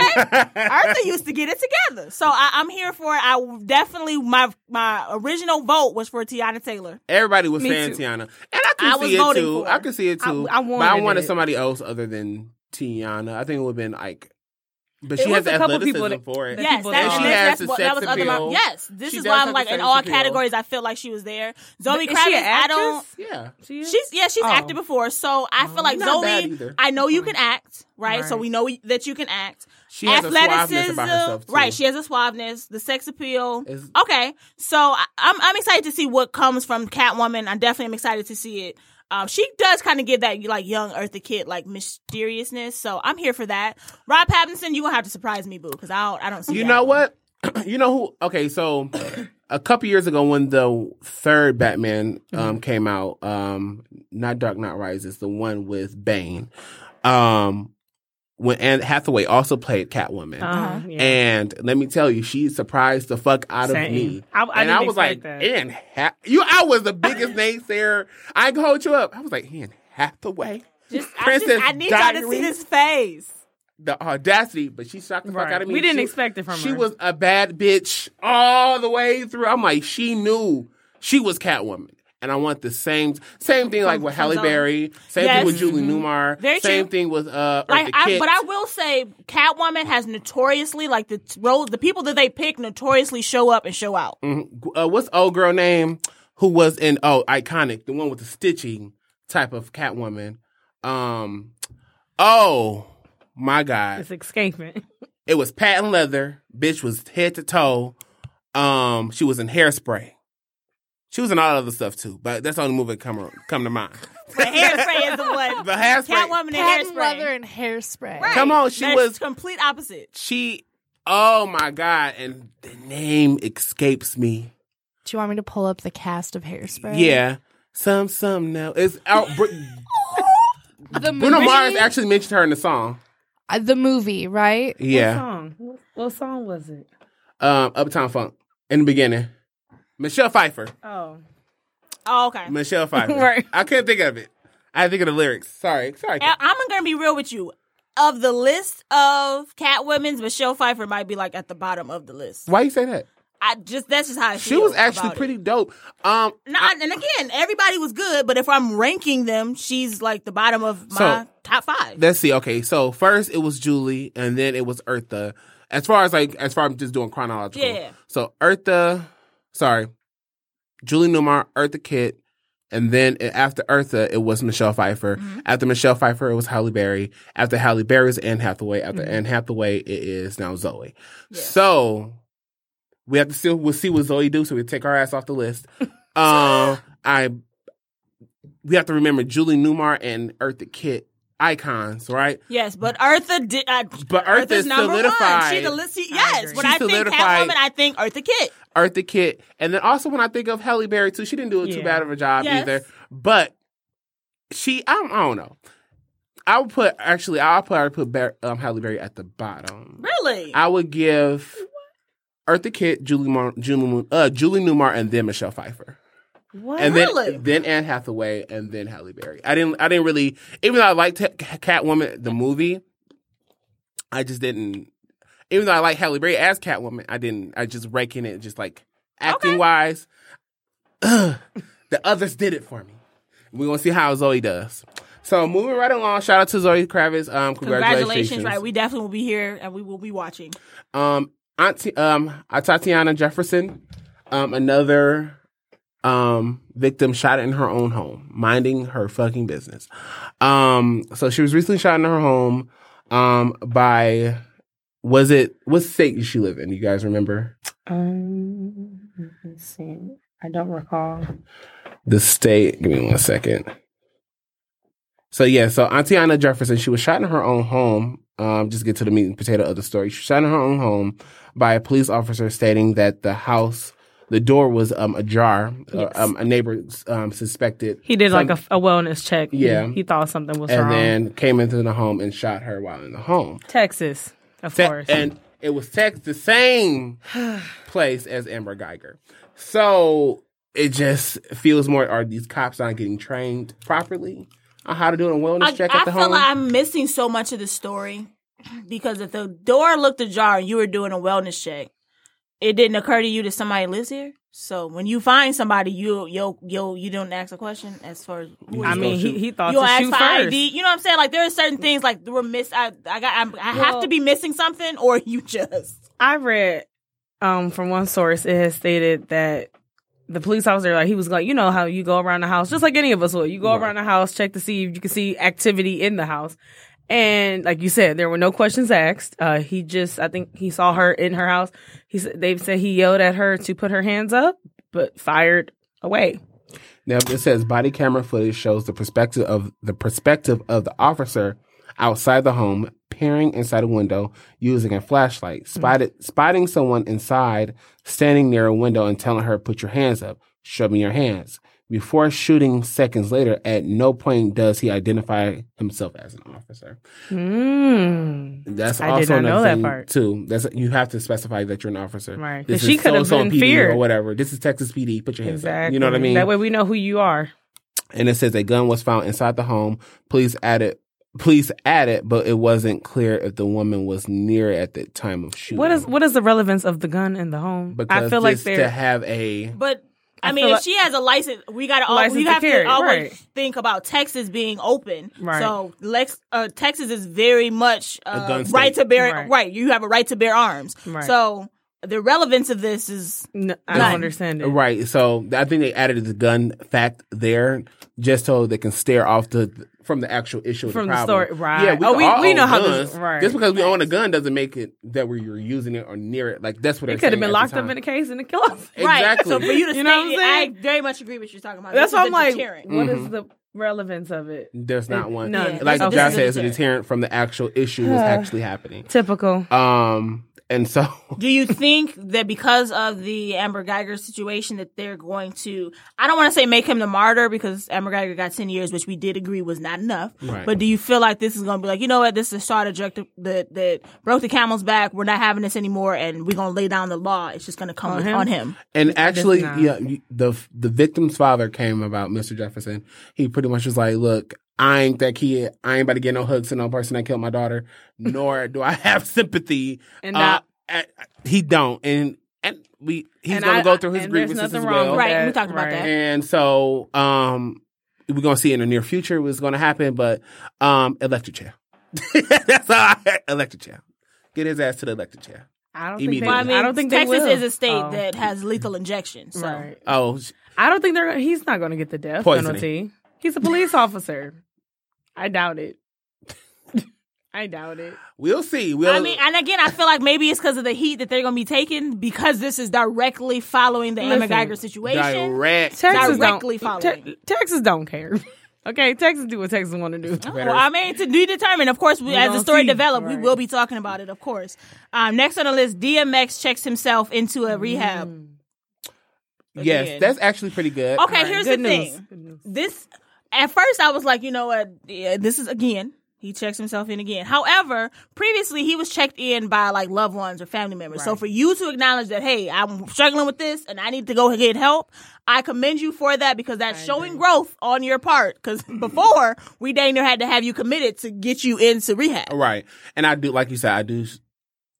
[SPEAKER 3] Eartha used to get it together, so I, I'm here for it. I definitely my my original vote was for Tiana Taylor.
[SPEAKER 2] Everybody was
[SPEAKER 4] Me
[SPEAKER 2] saying
[SPEAKER 4] too.
[SPEAKER 2] Tiana, and I can
[SPEAKER 3] I
[SPEAKER 2] see
[SPEAKER 3] was
[SPEAKER 2] it
[SPEAKER 3] voting
[SPEAKER 2] too.
[SPEAKER 3] for
[SPEAKER 2] I
[SPEAKER 3] her.
[SPEAKER 2] can see it
[SPEAKER 4] I-
[SPEAKER 2] too. but I
[SPEAKER 4] I wanted
[SPEAKER 2] wanted
[SPEAKER 4] it.
[SPEAKER 2] somebody else other than Tiana. I think it would have been like, but
[SPEAKER 4] It
[SPEAKER 2] she has
[SPEAKER 4] was
[SPEAKER 2] the
[SPEAKER 4] a couple
[SPEAKER 2] athleticism
[SPEAKER 4] people that-
[SPEAKER 2] for it.
[SPEAKER 4] that
[SPEAKER 3] Yes,
[SPEAKER 4] people
[SPEAKER 3] that's,
[SPEAKER 4] thought.
[SPEAKER 2] She
[SPEAKER 3] that's,
[SPEAKER 2] has
[SPEAKER 3] that's
[SPEAKER 2] the
[SPEAKER 3] what
[SPEAKER 2] sex
[SPEAKER 3] that was other
[SPEAKER 2] appeal.
[SPEAKER 3] my, yes. This
[SPEAKER 2] She
[SPEAKER 3] is
[SPEAKER 2] does
[SPEAKER 3] why
[SPEAKER 2] have
[SPEAKER 3] I'm
[SPEAKER 2] the
[SPEAKER 3] like in
[SPEAKER 2] sex
[SPEAKER 3] all
[SPEAKER 2] appeal.
[SPEAKER 3] categories I feel like she was there. Zoe
[SPEAKER 4] Is she
[SPEAKER 3] Kravitz,
[SPEAKER 4] an
[SPEAKER 3] I don't.
[SPEAKER 4] actress?
[SPEAKER 2] Yeah,
[SPEAKER 4] She is?
[SPEAKER 3] She's yeah, she's
[SPEAKER 4] Oh.
[SPEAKER 3] acted before, so I feel like
[SPEAKER 2] Not bad
[SPEAKER 3] Zoe.
[SPEAKER 2] either.
[SPEAKER 3] I know you can act, right? So
[SPEAKER 4] Right.
[SPEAKER 3] we know that you can act.
[SPEAKER 2] she has a suaveness about herself too.
[SPEAKER 3] right? She has a suaveness, the sex appeal.
[SPEAKER 2] Is-
[SPEAKER 3] okay, so I, I'm I'm excited to see what comes from Catwoman. I definitely am excited to see it. Um, she does kind of get that like young Eartha Kitt like mysteriousness, so I'm here for that. Rob Pattinson, you gonna have to surprise me, boo, because I don't I don't see.
[SPEAKER 2] You
[SPEAKER 3] that.
[SPEAKER 2] know what? you know who? Okay, so a couple years ago, when the third Batman
[SPEAKER 3] Mm-hmm.
[SPEAKER 2] um, came out, um, not Dark Knight Rises, the one with Bane, um, when Anne Hathaway also played Catwoman.
[SPEAKER 4] Uh, yeah.
[SPEAKER 2] And let me tell you, she surprised the fuck out of
[SPEAKER 4] Same.
[SPEAKER 2] me.
[SPEAKER 4] I- I
[SPEAKER 2] and
[SPEAKER 4] didn't
[SPEAKER 2] I was like,
[SPEAKER 4] expect that.
[SPEAKER 2] Anne, ha- you, I was the biggest naysayer. I can hold you up. I was like, Anne Hathaway,
[SPEAKER 3] Just, I,
[SPEAKER 2] Princess
[SPEAKER 3] just, I need y'all to
[SPEAKER 2] Diaries.
[SPEAKER 3] see this face.
[SPEAKER 2] the audacity, but she shocked the fuck
[SPEAKER 4] Right.
[SPEAKER 2] out of me.
[SPEAKER 4] We didn't
[SPEAKER 2] She-
[SPEAKER 4] expect it from
[SPEAKER 2] she
[SPEAKER 4] her.
[SPEAKER 2] was a bad bitch all the way through. I'm like, she knew she was Catwoman. And and I want the same same thing like with Halle
[SPEAKER 3] Zone.
[SPEAKER 2] Berry, same
[SPEAKER 3] Yes.
[SPEAKER 2] thing with Julie Newmar,
[SPEAKER 3] Very
[SPEAKER 2] same
[SPEAKER 3] true.
[SPEAKER 2] thing with uh, Eartha
[SPEAKER 3] Like, I,
[SPEAKER 2] Kitt.
[SPEAKER 3] but I will say, Catwoman has notoriously like the t- role, the people that they pick notoriously show up and show out.
[SPEAKER 2] uh, what's old girl name who was in oh iconic the one with the stitching type of Catwoman. Um, oh my God,
[SPEAKER 4] It's escapement.
[SPEAKER 2] it was patent leather. Bitch was head to toe. Um, she was in hairspray. She was in all other stuff too, but that's the only movie that come come to mind.
[SPEAKER 3] But hairspray is the one.
[SPEAKER 2] But hairspray.
[SPEAKER 3] Catwoman and
[SPEAKER 5] Patent
[SPEAKER 3] hairspray.
[SPEAKER 5] leather and hairspray.
[SPEAKER 3] Right.
[SPEAKER 2] Come on, she
[SPEAKER 3] That's
[SPEAKER 2] was-
[SPEAKER 3] complete opposite.
[SPEAKER 2] She, oh my god, and the name escapes me.
[SPEAKER 5] Do you want me to pull up the cast of hairspray?
[SPEAKER 2] Yeah, some some now it's out. Br-
[SPEAKER 5] The
[SPEAKER 2] Bruno
[SPEAKER 5] movie,
[SPEAKER 2] Mars actually mentioned her in the song.
[SPEAKER 5] uh, the movie, right?
[SPEAKER 4] What
[SPEAKER 2] Yeah,
[SPEAKER 4] song? What, what song was it?
[SPEAKER 2] um, Uptown Funk in the beginning. Michelle Pfeiffer.
[SPEAKER 4] Oh.
[SPEAKER 3] Oh, okay.
[SPEAKER 2] Michelle Pfeiffer.
[SPEAKER 4] Right.
[SPEAKER 2] I couldn't think of it. I had to think of the lyrics. Sorry, sorry.
[SPEAKER 3] I- I'm gonna be real with you. Of the list of Catwomen's, Michelle Pfeiffer might be like at the bottom of the list.
[SPEAKER 2] Why you say that?
[SPEAKER 3] I just that's just how I
[SPEAKER 2] She
[SPEAKER 3] feel
[SPEAKER 2] was actually
[SPEAKER 3] about it.
[SPEAKER 2] pretty dope. Um,
[SPEAKER 3] No, I- and again, everybody was good, but if I'm ranking them, she's like the bottom of my
[SPEAKER 2] So,
[SPEAKER 3] top five.
[SPEAKER 2] let's see. Okay, so first it was Julie, and then it was Eartha. As far as like, as far as I'm just doing chronological.
[SPEAKER 3] Yeah.
[SPEAKER 2] So Eartha, sorry, Julie Newmar, Eartha Kitt, and then a- after Eartha, it was Michelle Pfeiffer.
[SPEAKER 3] Mm-hmm.
[SPEAKER 2] After Michelle Pfeiffer, it was Halle Berry. After Halle Berry is Anne Hathaway. After
[SPEAKER 3] Mm-hmm.
[SPEAKER 2] Anne Hathaway, it is now Zoe. So we have to see. We'll see what Zoe do. So we take our ass off the list. um, I we have to remember Julie Newmar and Eartha Kitt icons, right?
[SPEAKER 3] Yes, but Eartha did. Uh,
[SPEAKER 2] But Eartha
[SPEAKER 3] Eartha's number one.
[SPEAKER 2] solidified-
[SPEAKER 3] She the list. she-
[SPEAKER 4] I
[SPEAKER 3] Yes,
[SPEAKER 4] agree.
[SPEAKER 3] when
[SPEAKER 2] She
[SPEAKER 3] I think
[SPEAKER 2] solidified-
[SPEAKER 3] Catwoman, I think Eartha Kitt.
[SPEAKER 2] Eartha Kitt, and then also when I think of Halle Berry too, she didn't do it too
[SPEAKER 4] Yeah.
[SPEAKER 2] bad of a job
[SPEAKER 3] Yes.
[SPEAKER 2] either. But she, I don't, I don't know. I would put actually, I'll probably put Bar- um, Halle Berry at the bottom.
[SPEAKER 3] Really?
[SPEAKER 2] I would give Eartha Kitt, Julie Mar- Julie, uh, Julie Newmar, and then Michelle Pfeiffer,
[SPEAKER 4] What?
[SPEAKER 2] and
[SPEAKER 3] Really?
[SPEAKER 2] then then Anne Hathaway, and then Halle Berry. I didn't, I didn't really, even though I liked Ca- Catwoman the movie, I just didn't. Even though I like Halle Berry as Catwoman, I didn't. I just ranking it just like acting wise. ugh, the others did it for me. We're gonna see how Zoe does. So moving right along, shout out to Zoe Kravitz. Um,
[SPEAKER 3] Congratulations, right? We definitely will be here and we will be watching.
[SPEAKER 2] um Auntie um Tatiana Jefferson, um another um victim shot in her own home, minding her fucking business. Um so she was recently shot in her home um by was it what state did she live in? You guys remember?
[SPEAKER 4] Um, let's see. I don't recall.
[SPEAKER 2] The state. Give me one second. So yeah, so Antiana Jefferson, she was shot in her own home. Um, just get to the meat and potato of the story. She was shot in her own home by a police officer, stating that the house, the door was um ajar. Uh,
[SPEAKER 4] Yes.
[SPEAKER 2] um, a neighbor um suspected,
[SPEAKER 4] He did like
[SPEAKER 2] Some-
[SPEAKER 4] a, a wellness check. He-
[SPEAKER 2] Yeah.
[SPEAKER 4] He, thought something was
[SPEAKER 2] and
[SPEAKER 4] wrong.
[SPEAKER 2] then came into the home and shot her while in the home.
[SPEAKER 4] Texas, of
[SPEAKER 2] Te-
[SPEAKER 4] course.
[SPEAKER 2] and it was Tex the same place as Amber Geiger. So it just feels more. Are these cops not getting trained properly on how to do a wellness
[SPEAKER 3] I,
[SPEAKER 2] check
[SPEAKER 3] I
[SPEAKER 2] at the
[SPEAKER 3] feel
[SPEAKER 2] home?
[SPEAKER 3] like I'm missing so much of the story because if the door looked ajar and you were doing a wellness check, it didn't occur to you that somebody lives here. So when you find somebody, you yo yo you don't ask a question as far as who
[SPEAKER 4] I
[SPEAKER 3] is-
[SPEAKER 4] mean, he, he thought
[SPEAKER 3] you don't
[SPEAKER 4] to
[SPEAKER 3] ask
[SPEAKER 4] shoot
[SPEAKER 3] for
[SPEAKER 4] first.
[SPEAKER 3] ID. You know what I'm saying? Like there are certain things like we're miss. I I got I'm, I have
[SPEAKER 4] Well-
[SPEAKER 3] to be missing something or you just
[SPEAKER 4] I read um, from one source it has stated that the police officer like he was like you know how you go around the house just like any of us would you go around the house check to see if you can see activity in the house and like you said there were no questions asked uh, he just I think he saw her in her house he said they said he yelled at her to put her hands up but fired away
[SPEAKER 2] Now it says body camera footage shows the perspective of the perspective of the officer outside the home, peering inside a window using a flashlight,
[SPEAKER 4] Hmm.
[SPEAKER 2] spotted spotting someone inside standing near a window and telling her, "Put your hands up, show me your hands." Before shooting seconds later, at no point does he identify himself as an officer.
[SPEAKER 4] mm.
[SPEAKER 2] That's
[SPEAKER 4] I did
[SPEAKER 2] also
[SPEAKER 4] not know
[SPEAKER 2] another
[SPEAKER 4] that
[SPEAKER 2] thing
[SPEAKER 4] part.
[SPEAKER 2] too. That's you have to specify that you're an officer.
[SPEAKER 4] Right.
[SPEAKER 2] This
[SPEAKER 4] 'Cause she
[SPEAKER 2] is
[SPEAKER 4] could have
[SPEAKER 2] so-and-so
[SPEAKER 4] been
[SPEAKER 2] PD or
[SPEAKER 4] feared.
[SPEAKER 2] whatever. This is Texas PD. Put your hands up. You know what I
[SPEAKER 4] Exactly.
[SPEAKER 2] mean?
[SPEAKER 4] that way we know who you are
[SPEAKER 2] and it says a gun was found inside the home. Police added, police added, but it wasn't clear if the woman was near at the time of shooting.
[SPEAKER 4] what is what is the relevance of the gun in the home
[SPEAKER 2] Because
[SPEAKER 4] I feel like
[SPEAKER 2] just to
[SPEAKER 4] they're
[SPEAKER 2] have a
[SPEAKER 3] but I, mean,
[SPEAKER 4] feel
[SPEAKER 3] if
[SPEAKER 4] like-
[SPEAKER 3] she has a license, we gotta all,
[SPEAKER 4] License
[SPEAKER 3] we
[SPEAKER 4] to
[SPEAKER 3] have
[SPEAKER 4] carry,
[SPEAKER 3] to always
[SPEAKER 4] right.
[SPEAKER 3] think about Texas being open.
[SPEAKER 4] Right.
[SPEAKER 3] So Lex, uh, Texas is very much
[SPEAKER 2] A
[SPEAKER 3] uh,
[SPEAKER 2] gun state.
[SPEAKER 3] right to bear.
[SPEAKER 4] Right.
[SPEAKER 3] Right. You have a right to bear arms.
[SPEAKER 4] Right.
[SPEAKER 3] So the relevance of this is
[SPEAKER 4] N- I don't
[SPEAKER 3] None.
[SPEAKER 4] understand it.
[SPEAKER 2] Right. So I think they added the gun fact there just so they can stare off the from the actual issue of
[SPEAKER 4] From
[SPEAKER 2] the
[SPEAKER 4] the
[SPEAKER 2] problem.
[SPEAKER 4] story, right.
[SPEAKER 2] Yeah, we,
[SPEAKER 4] Oh, we-
[SPEAKER 2] all
[SPEAKER 4] we
[SPEAKER 2] own
[SPEAKER 4] know how
[SPEAKER 2] guns.
[SPEAKER 4] this- right.
[SPEAKER 2] Just because we own a gun doesn't make it that we are using it or near it. Like that's what
[SPEAKER 4] It could have been locked up in a case in the closet.
[SPEAKER 3] right.
[SPEAKER 2] Exactly.
[SPEAKER 3] So for you to
[SPEAKER 4] You
[SPEAKER 3] you
[SPEAKER 4] know what I'm
[SPEAKER 3] I
[SPEAKER 4] saying?
[SPEAKER 3] very much agree with you talking about.
[SPEAKER 4] That's
[SPEAKER 3] This is
[SPEAKER 4] why I'm
[SPEAKER 3] a
[SPEAKER 4] like,
[SPEAKER 3] deterrent.
[SPEAKER 4] what
[SPEAKER 2] Mm-hmm.
[SPEAKER 4] is the relevance of it?
[SPEAKER 2] There's not one.
[SPEAKER 4] none.
[SPEAKER 2] Like
[SPEAKER 4] Okay.
[SPEAKER 2] Josh said, it's a
[SPEAKER 3] Deterrent.
[SPEAKER 2] deterrent from the actual issue that's actually happening.
[SPEAKER 4] Typical.
[SPEAKER 2] Um, and so
[SPEAKER 3] Do you think that because of the Amber Geiger situation that they're going to I don't want to say make him the martyr because Amber Geiger got 10 years which we did agree was not enough.
[SPEAKER 2] Right.
[SPEAKER 3] But do you feel like this is going to be like, you know what, this is a straw that, jerked the- that that broke the camel's back. We're not having this anymore and we're going to lay down the law. It's just going to come with-
[SPEAKER 4] him?
[SPEAKER 3] on him.
[SPEAKER 2] And actually,
[SPEAKER 4] not.
[SPEAKER 2] yeah, you- the the victim's father came about Mr. Jefferson. He pretty much was like, "Look, I ain't that kid. I ain't about to get no hugs to no person that killed my daughter. Nor do I have sympathy."
[SPEAKER 4] And I-
[SPEAKER 2] I- I- he don't, and and we he's
[SPEAKER 4] And
[SPEAKER 2] gonna
[SPEAKER 4] I-
[SPEAKER 2] go through his
[SPEAKER 4] and there's
[SPEAKER 2] grievances as
[SPEAKER 4] nothing
[SPEAKER 2] well.
[SPEAKER 4] wrong with
[SPEAKER 3] Right,
[SPEAKER 4] that.
[SPEAKER 3] we talked about
[SPEAKER 4] Right.
[SPEAKER 3] that.
[SPEAKER 2] And so, um, we're gonna see in the near future what's gonna happen. But um, electric chair. That's all. I, electric chair. Get his ass to the electric chair.
[SPEAKER 4] I don't think. They,
[SPEAKER 2] Immediately.
[SPEAKER 3] Well, I
[SPEAKER 4] I,
[SPEAKER 3] mean,
[SPEAKER 4] don't think they
[SPEAKER 3] Texas
[SPEAKER 4] will.
[SPEAKER 3] is a state
[SPEAKER 4] Oh.
[SPEAKER 3] that has lethal injection. So
[SPEAKER 4] Right.
[SPEAKER 2] Oh, sh-
[SPEAKER 4] I don't think they're. He's not going to get the death
[SPEAKER 2] Poisoning.
[SPEAKER 4] penalty. He's a police officer. I doubt it. I doubt it.
[SPEAKER 2] we'll see. We'll.
[SPEAKER 3] I mean, and again, I feel like maybe it's because of the heat that they're going to be taking because this is directly following the Amber
[SPEAKER 4] Listen,
[SPEAKER 3] Geiger situation.
[SPEAKER 2] direct.
[SPEAKER 4] Texas
[SPEAKER 3] Directly
[SPEAKER 4] don't,
[SPEAKER 3] following.
[SPEAKER 4] Te- Texas don't care. okay, Texas do what Texas want to do.
[SPEAKER 2] Better-
[SPEAKER 3] Well, I mean, to be determined. Of course, we, as the
[SPEAKER 4] gonna
[SPEAKER 3] story
[SPEAKER 4] see,
[SPEAKER 3] develops, we
[SPEAKER 4] right.
[SPEAKER 3] will be talking about it. Of course. Um, next on the list, DMX checks himself into a rehab.
[SPEAKER 2] Yes,
[SPEAKER 3] Again.
[SPEAKER 2] that's actually pretty good.
[SPEAKER 3] Okay,
[SPEAKER 4] Right,
[SPEAKER 3] here's
[SPEAKER 4] good
[SPEAKER 3] the
[SPEAKER 4] news.
[SPEAKER 3] thing.
[SPEAKER 4] Good news.
[SPEAKER 3] This, at first, I was like, you know what? Yeah, this is again. He checks himself in again. However, previously he was checked in by like loved ones or family members. So for you to acknowledge that, hey, I'm struggling with this and I need to go get help, I commend you for that because that's showing growth on your part. Because before we dang near had to have you committed to get you into rehab.
[SPEAKER 2] Right. And I do, like you said, I do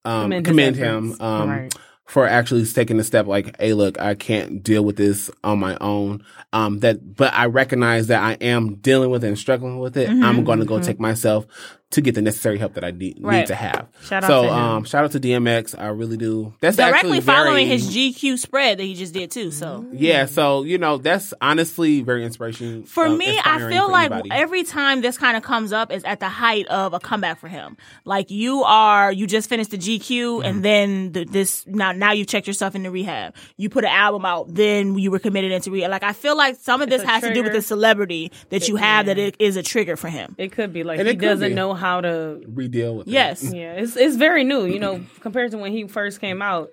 [SPEAKER 2] um,
[SPEAKER 4] Commend
[SPEAKER 2] commend,
[SPEAKER 4] his
[SPEAKER 2] him
[SPEAKER 4] efforts.
[SPEAKER 2] um,
[SPEAKER 4] Right.
[SPEAKER 2] for actually taking the step. Like, hey, look, I can't deal with this on my own. Um, that, but I recognize that I am dealing with it and struggling with it.
[SPEAKER 4] Mm-hmm.
[SPEAKER 2] I'm going to go take myself to get the necessary help that I need,
[SPEAKER 3] Right.
[SPEAKER 2] need to have.
[SPEAKER 4] Shout out
[SPEAKER 2] so,
[SPEAKER 4] to him.
[SPEAKER 2] um, shout out to DMX. I really do. That's
[SPEAKER 3] directly
[SPEAKER 2] actually very-
[SPEAKER 3] following his GQ spread that he just did too. So
[SPEAKER 2] Yeah, so you know that's honestly very inspiration
[SPEAKER 3] for
[SPEAKER 2] um,
[SPEAKER 3] me, I
[SPEAKER 2] inspiring
[SPEAKER 3] feel
[SPEAKER 2] for
[SPEAKER 3] like
[SPEAKER 2] anybody.
[SPEAKER 3] every time this kind of comes up is at the height of a comeback for him. Like you are, you just finished the GQ,
[SPEAKER 2] Mm-hmm.
[SPEAKER 3] and then the, this now now you checked yourself into rehab. You put an album out, then you were committed into rehab. Like I feel like some of this
[SPEAKER 4] a
[SPEAKER 3] has to do with
[SPEAKER 4] trigger.
[SPEAKER 3] the celebrity that you have that it is a trigger for him.
[SPEAKER 4] It could be like
[SPEAKER 2] And
[SPEAKER 4] he
[SPEAKER 2] it could
[SPEAKER 4] doesn't
[SPEAKER 2] be.
[SPEAKER 4] know how to.
[SPEAKER 2] redeal with it.
[SPEAKER 3] Yes,
[SPEAKER 4] Yeah, it's it's very new. You know, compared to when he first came out,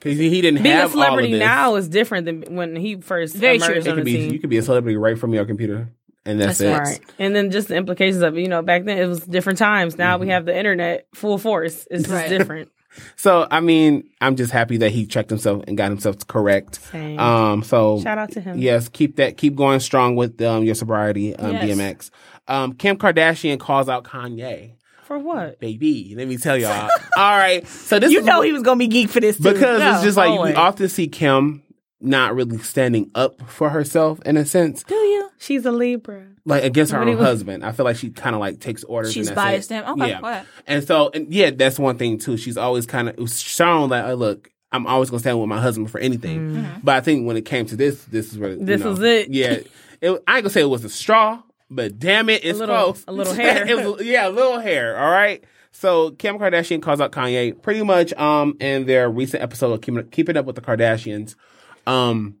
[SPEAKER 2] 'Cause he he didn't
[SPEAKER 4] being
[SPEAKER 2] have
[SPEAKER 4] a celebrity
[SPEAKER 2] all of this.
[SPEAKER 4] now is different than when he first
[SPEAKER 3] Very true.
[SPEAKER 4] emerged
[SPEAKER 2] It
[SPEAKER 4] on the
[SPEAKER 2] could be
[SPEAKER 4] scene.
[SPEAKER 2] you could be a celebrity right from your computer, and that's,
[SPEAKER 5] That's
[SPEAKER 2] it.
[SPEAKER 5] facts.
[SPEAKER 4] And then just the implications of it. You know, back then it was different times. Now
[SPEAKER 2] Mm-hmm.
[SPEAKER 4] we have the internet full force. It's just
[SPEAKER 5] Right.
[SPEAKER 4] different.
[SPEAKER 2] So I mean, I'm just happy that he checked himself and got himself correct.
[SPEAKER 4] Same.
[SPEAKER 2] Um, so
[SPEAKER 4] Shout out to him.
[SPEAKER 2] Yes, keep that keep going strong with um, your sobriety, um,
[SPEAKER 3] Yes.
[SPEAKER 2] DMX. Um, Kim Kardashian calls out Kanye,
[SPEAKER 4] For what?
[SPEAKER 2] baby. Let me tell y'all. all right, so this
[SPEAKER 3] you
[SPEAKER 2] is
[SPEAKER 3] know he was gonna be geek for this too.
[SPEAKER 2] because
[SPEAKER 3] No.
[SPEAKER 2] it's just like we
[SPEAKER 4] always.
[SPEAKER 2] often see Kim not really standing up for herself in a sense,
[SPEAKER 3] do you?
[SPEAKER 4] She's a Libra.
[SPEAKER 2] like against her
[SPEAKER 4] What do
[SPEAKER 2] own
[SPEAKER 4] you-
[SPEAKER 2] husband. I feel like she kind of like takes orders.
[SPEAKER 3] She's
[SPEAKER 2] and that's
[SPEAKER 3] biased
[SPEAKER 2] it.
[SPEAKER 3] him. Okay,
[SPEAKER 2] yeah.
[SPEAKER 3] go ahead.
[SPEAKER 2] And so, and yeah, that's one thing too. She's always kind of shown like, oh, look, I'm always gonna stand with my husband for anything. But I think when it came to this, this is where you
[SPEAKER 4] This
[SPEAKER 2] know,
[SPEAKER 4] was it.
[SPEAKER 2] Yeah, it, I ain't gonna say it was a straw, but damn it, it's
[SPEAKER 4] little-
[SPEAKER 2] close.
[SPEAKER 4] a little hair.
[SPEAKER 2] It was- yeah, a little hair. All right. So Kim Kardashian calls out Kanye pretty much um in their recent episode of Keeping, Keeping Up with the Kardashians. Um,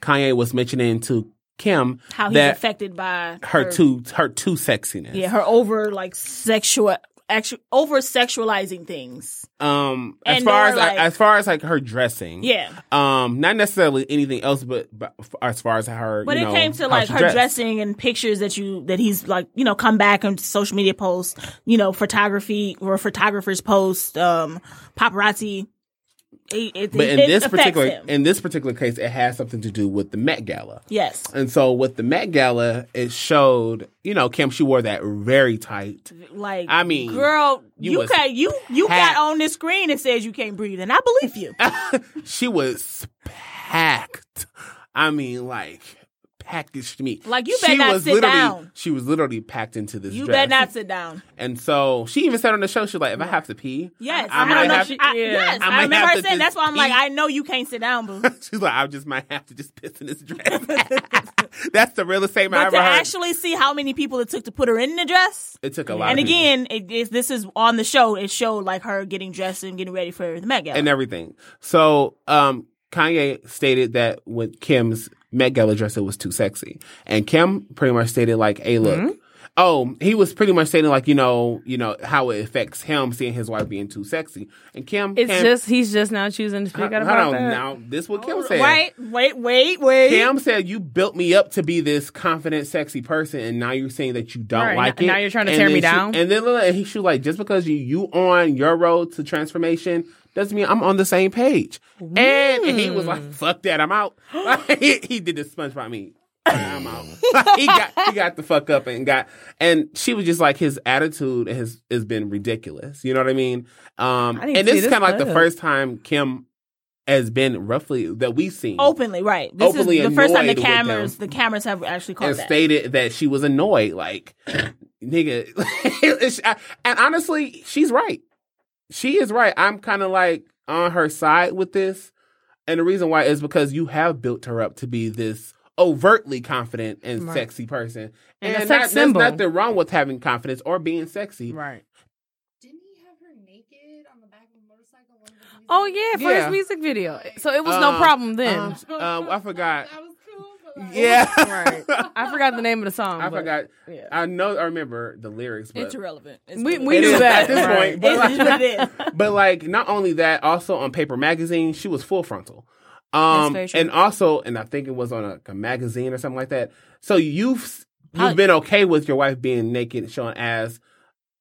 [SPEAKER 2] Kanye was mentioning to Kim
[SPEAKER 3] How he's
[SPEAKER 2] that
[SPEAKER 3] affected by
[SPEAKER 2] her too her too sexiness.
[SPEAKER 3] yeah her over like sexual actual over sexualizing things.
[SPEAKER 2] Um, as
[SPEAKER 3] And
[SPEAKER 2] far
[SPEAKER 3] more
[SPEAKER 2] as like,
[SPEAKER 3] like-
[SPEAKER 2] as far as like her dressing,
[SPEAKER 3] Yeah.
[SPEAKER 2] Um, not necessarily anything else, but, but f- as far as her,
[SPEAKER 3] But
[SPEAKER 2] you
[SPEAKER 3] it
[SPEAKER 2] know,
[SPEAKER 3] came to
[SPEAKER 2] how
[SPEAKER 3] like
[SPEAKER 2] she
[SPEAKER 3] her
[SPEAKER 2] dressed.
[SPEAKER 3] dressing and pictures that you that he's like you know come back and social media posts, you know photography or photographers post, um, paparazzi. It, it,
[SPEAKER 2] But in
[SPEAKER 3] it
[SPEAKER 2] this
[SPEAKER 3] affects
[SPEAKER 2] particular
[SPEAKER 3] him.
[SPEAKER 2] in this particular case, it has something to do with the Met Gala.
[SPEAKER 3] yes,
[SPEAKER 2] And so with the Met Gala, it showed you know Kim she wore that very tight.
[SPEAKER 3] like
[SPEAKER 2] I mean,
[SPEAKER 3] girl,
[SPEAKER 2] you
[SPEAKER 3] you
[SPEAKER 2] was
[SPEAKER 3] can you you
[SPEAKER 2] packed.
[SPEAKER 3] got on this screen that says you can't breathe, and I believe you.
[SPEAKER 2] she was packed. I mean, like packaged meat.
[SPEAKER 3] Like, you better not sit
[SPEAKER 2] literally,
[SPEAKER 3] down.
[SPEAKER 2] She was literally packed into this.
[SPEAKER 3] You
[SPEAKER 2] dress.
[SPEAKER 3] better not sit down.
[SPEAKER 2] And so she even said on the show, she's like, if I have to pee,
[SPEAKER 3] Yes,
[SPEAKER 2] I
[SPEAKER 3] I,
[SPEAKER 2] might
[SPEAKER 3] don't know.
[SPEAKER 2] have
[SPEAKER 3] if she, I,
[SPEAKER 4] to- yeah.
[SPEAKER 3] Yes,
[SPEAKER 2] I
[SPEAKER 3] I,
[SPEAKER 2] might
[SPEAKER 3] remember
[SPEAKER 2] have
[SPEAKER 3] her
[SPEAKER 2] to
[SPEAKER 3] saying.
[SPEAKER 2] just
[SPEAKER 3] That's why I'm like,
[SPEAKER 2] eat.
[SPEAKER 3] I know you can't sit down, boo.
[SPEAKER 2] she's like, I just might have to just piss in this dress. That's the real estate I
[SPEAKER 3] But
[SPEAKER 2] ever
[SPEAKER 3] to
[SPEAKER 2] heard.
[SPEAKER 3] actually see how many people it took to put her in the dress,
[SPEAKER 2] it took a lot.
[SPEAKER 3] and
[SPEAKER 2] of people.
[SPEAKER 3] again, it, it, this is on the show. It showed like her getting dressed and getting ready for the Met Gala.
[SPEAKER 2] and everything. So um, Kanye stated that with Kim's Met Gala dress, it was too sexy, and Kim pretty much stated like, "Hey, look." Oh, he was pretty much stating like you know, you know how it affects him seeing his wife being too sexy, and Kim.
[SPEAKER 4] It's
[SPEAKER 2] Kim,
[SPEAKER 4] just he's just now choosing to
[SPEAKER 2] I,
[SPEAKER 4] speak out
[SPEAKER 2] I
[SPEAKER 4] about
[SPEAKER 2] don't
[SPEAKER 4] that.
[SPEAKER 2] know. This is what Kim said.
[SPEAKER 3] Wait, wait, wait, wait.
[SPEAKER 2] Kim said, "You built me up to be this confident, sexy person, and now you're saying that you don't
[SPEAKER 4] Right,
[SPEAKER 2] like
[SPEAKER 4] n-
[SPEAKER 2] it.
[SPEAKER 4] now you're trying to
[SPEAKER 2] And
[SPEAKER 4] tear
[SPEAKER 2] then
[SPEAKER 4] me
[SPEAKER 2] she-
[SPEAKER 4] down?
[SPEAKER 2] And then look, and he she was like, "Just because you you on your road to transformation doesn't mean I'm on the same page." And, and he was
[SPEAKER 4] Mm.
[SPEAKER 2] like, "Fuck that, I'm out." Like, he, he did the SpongeBob me. I'm out. Like, he got he got the fuck up and got and she was just like his attitude has has been ridiculous. You know what I mean? Um,
[SPEAKER 4] I need to
[SPEAKER 2] and this
[SPEAKER 4] see
[SPEAKER 2] is
[SPEAKER 4] this
[SPEAKER 2] kind of like the
[SPEAKER 4] clip.
[SPEAKER 2] first time Kim has been roughly that we've seen
[SPEAKER 4] Oh,
[SPEAKER 3] openly, right? This
[SPEAKER 2] Openly
[SPEAKER 3] is the first time the
[SPEAKER 2] annoyed with them.
[SPEAKER 3] cameras, the cameras have actually caught
[SPEAKER 2] and
[SPEAKER 3] that.
[SPEAKER 2] stated that she was annoyed. Like, nigga. it's- I- and honestly, she's right. She is right. I'm kind of like on her side with this. And the reason why is because you have built her up to be this overtly confident and
[SPEAKER 4] Right.
[SPEAKER 2] sexy person.
[SPEAKER 4] And
[SPEAKER 2] And,
[SPEAKER 4] a sex
[SPEAKER 2] not, there's
[SPEAKER 4] symbol.
[SPEAKER 2] nothing wrong with having confidence or being sexy.
[SPEAKER 4] Right.
[SPEAKER 5] Didn't he have her naked on the back of a motorcycle?
[SPEAKER 4] Oh yeah, for
[SPEAKER 2] Yeah.
[SPEAKER 4] his music video. So it was
[SPEAKER 2] Um,
[SPEAKER 4] no problem then.
[SPEAKER 2] um, um, I forgot.
[SPEAKER 5] was cool.
[SPEAKER 2] Yeah.
[SPEAKER 4] Right. I forgot the name of the song.
[SPEAKER 2] I
[SPEAKER 4] but-
[SPEAKER 2] forgot.
[SPEAKER 4] Yeah.
[SPEAKER 2] I know I remember the lyrics, but
[SPEAKER 3] it's irrelevant. It's
[SPEAKER 4] We-
[SPEAKER 3] good.
[SPEAKER 4] we
[SPEAKER 2] It
[SPEAKER 4] knew
[SPEAKER 2] is
[SPEAKER 4] that.
[SPEAKER 2] at this
[SPEAKER 4] Right.
[SPEAKER 2] point. But
[SPEAKER 3] It's
[SPEAKER 2] like,
[SPEAKER 3] what it is.
[SPEAKER 2] but like not only that, also on Paper Magazine, she was full frontal.
[SPEAKER 4] That's
[SPEAKER 2] Um,
[SPEAKER 4] very true.
[SPEAKER 2] and also, and I think it was on a, a magazine or something like that. So you've
[SPEAKER 3] Probably-
[SPEAKER 2] you've been okay with your wife being naked, and showing ass,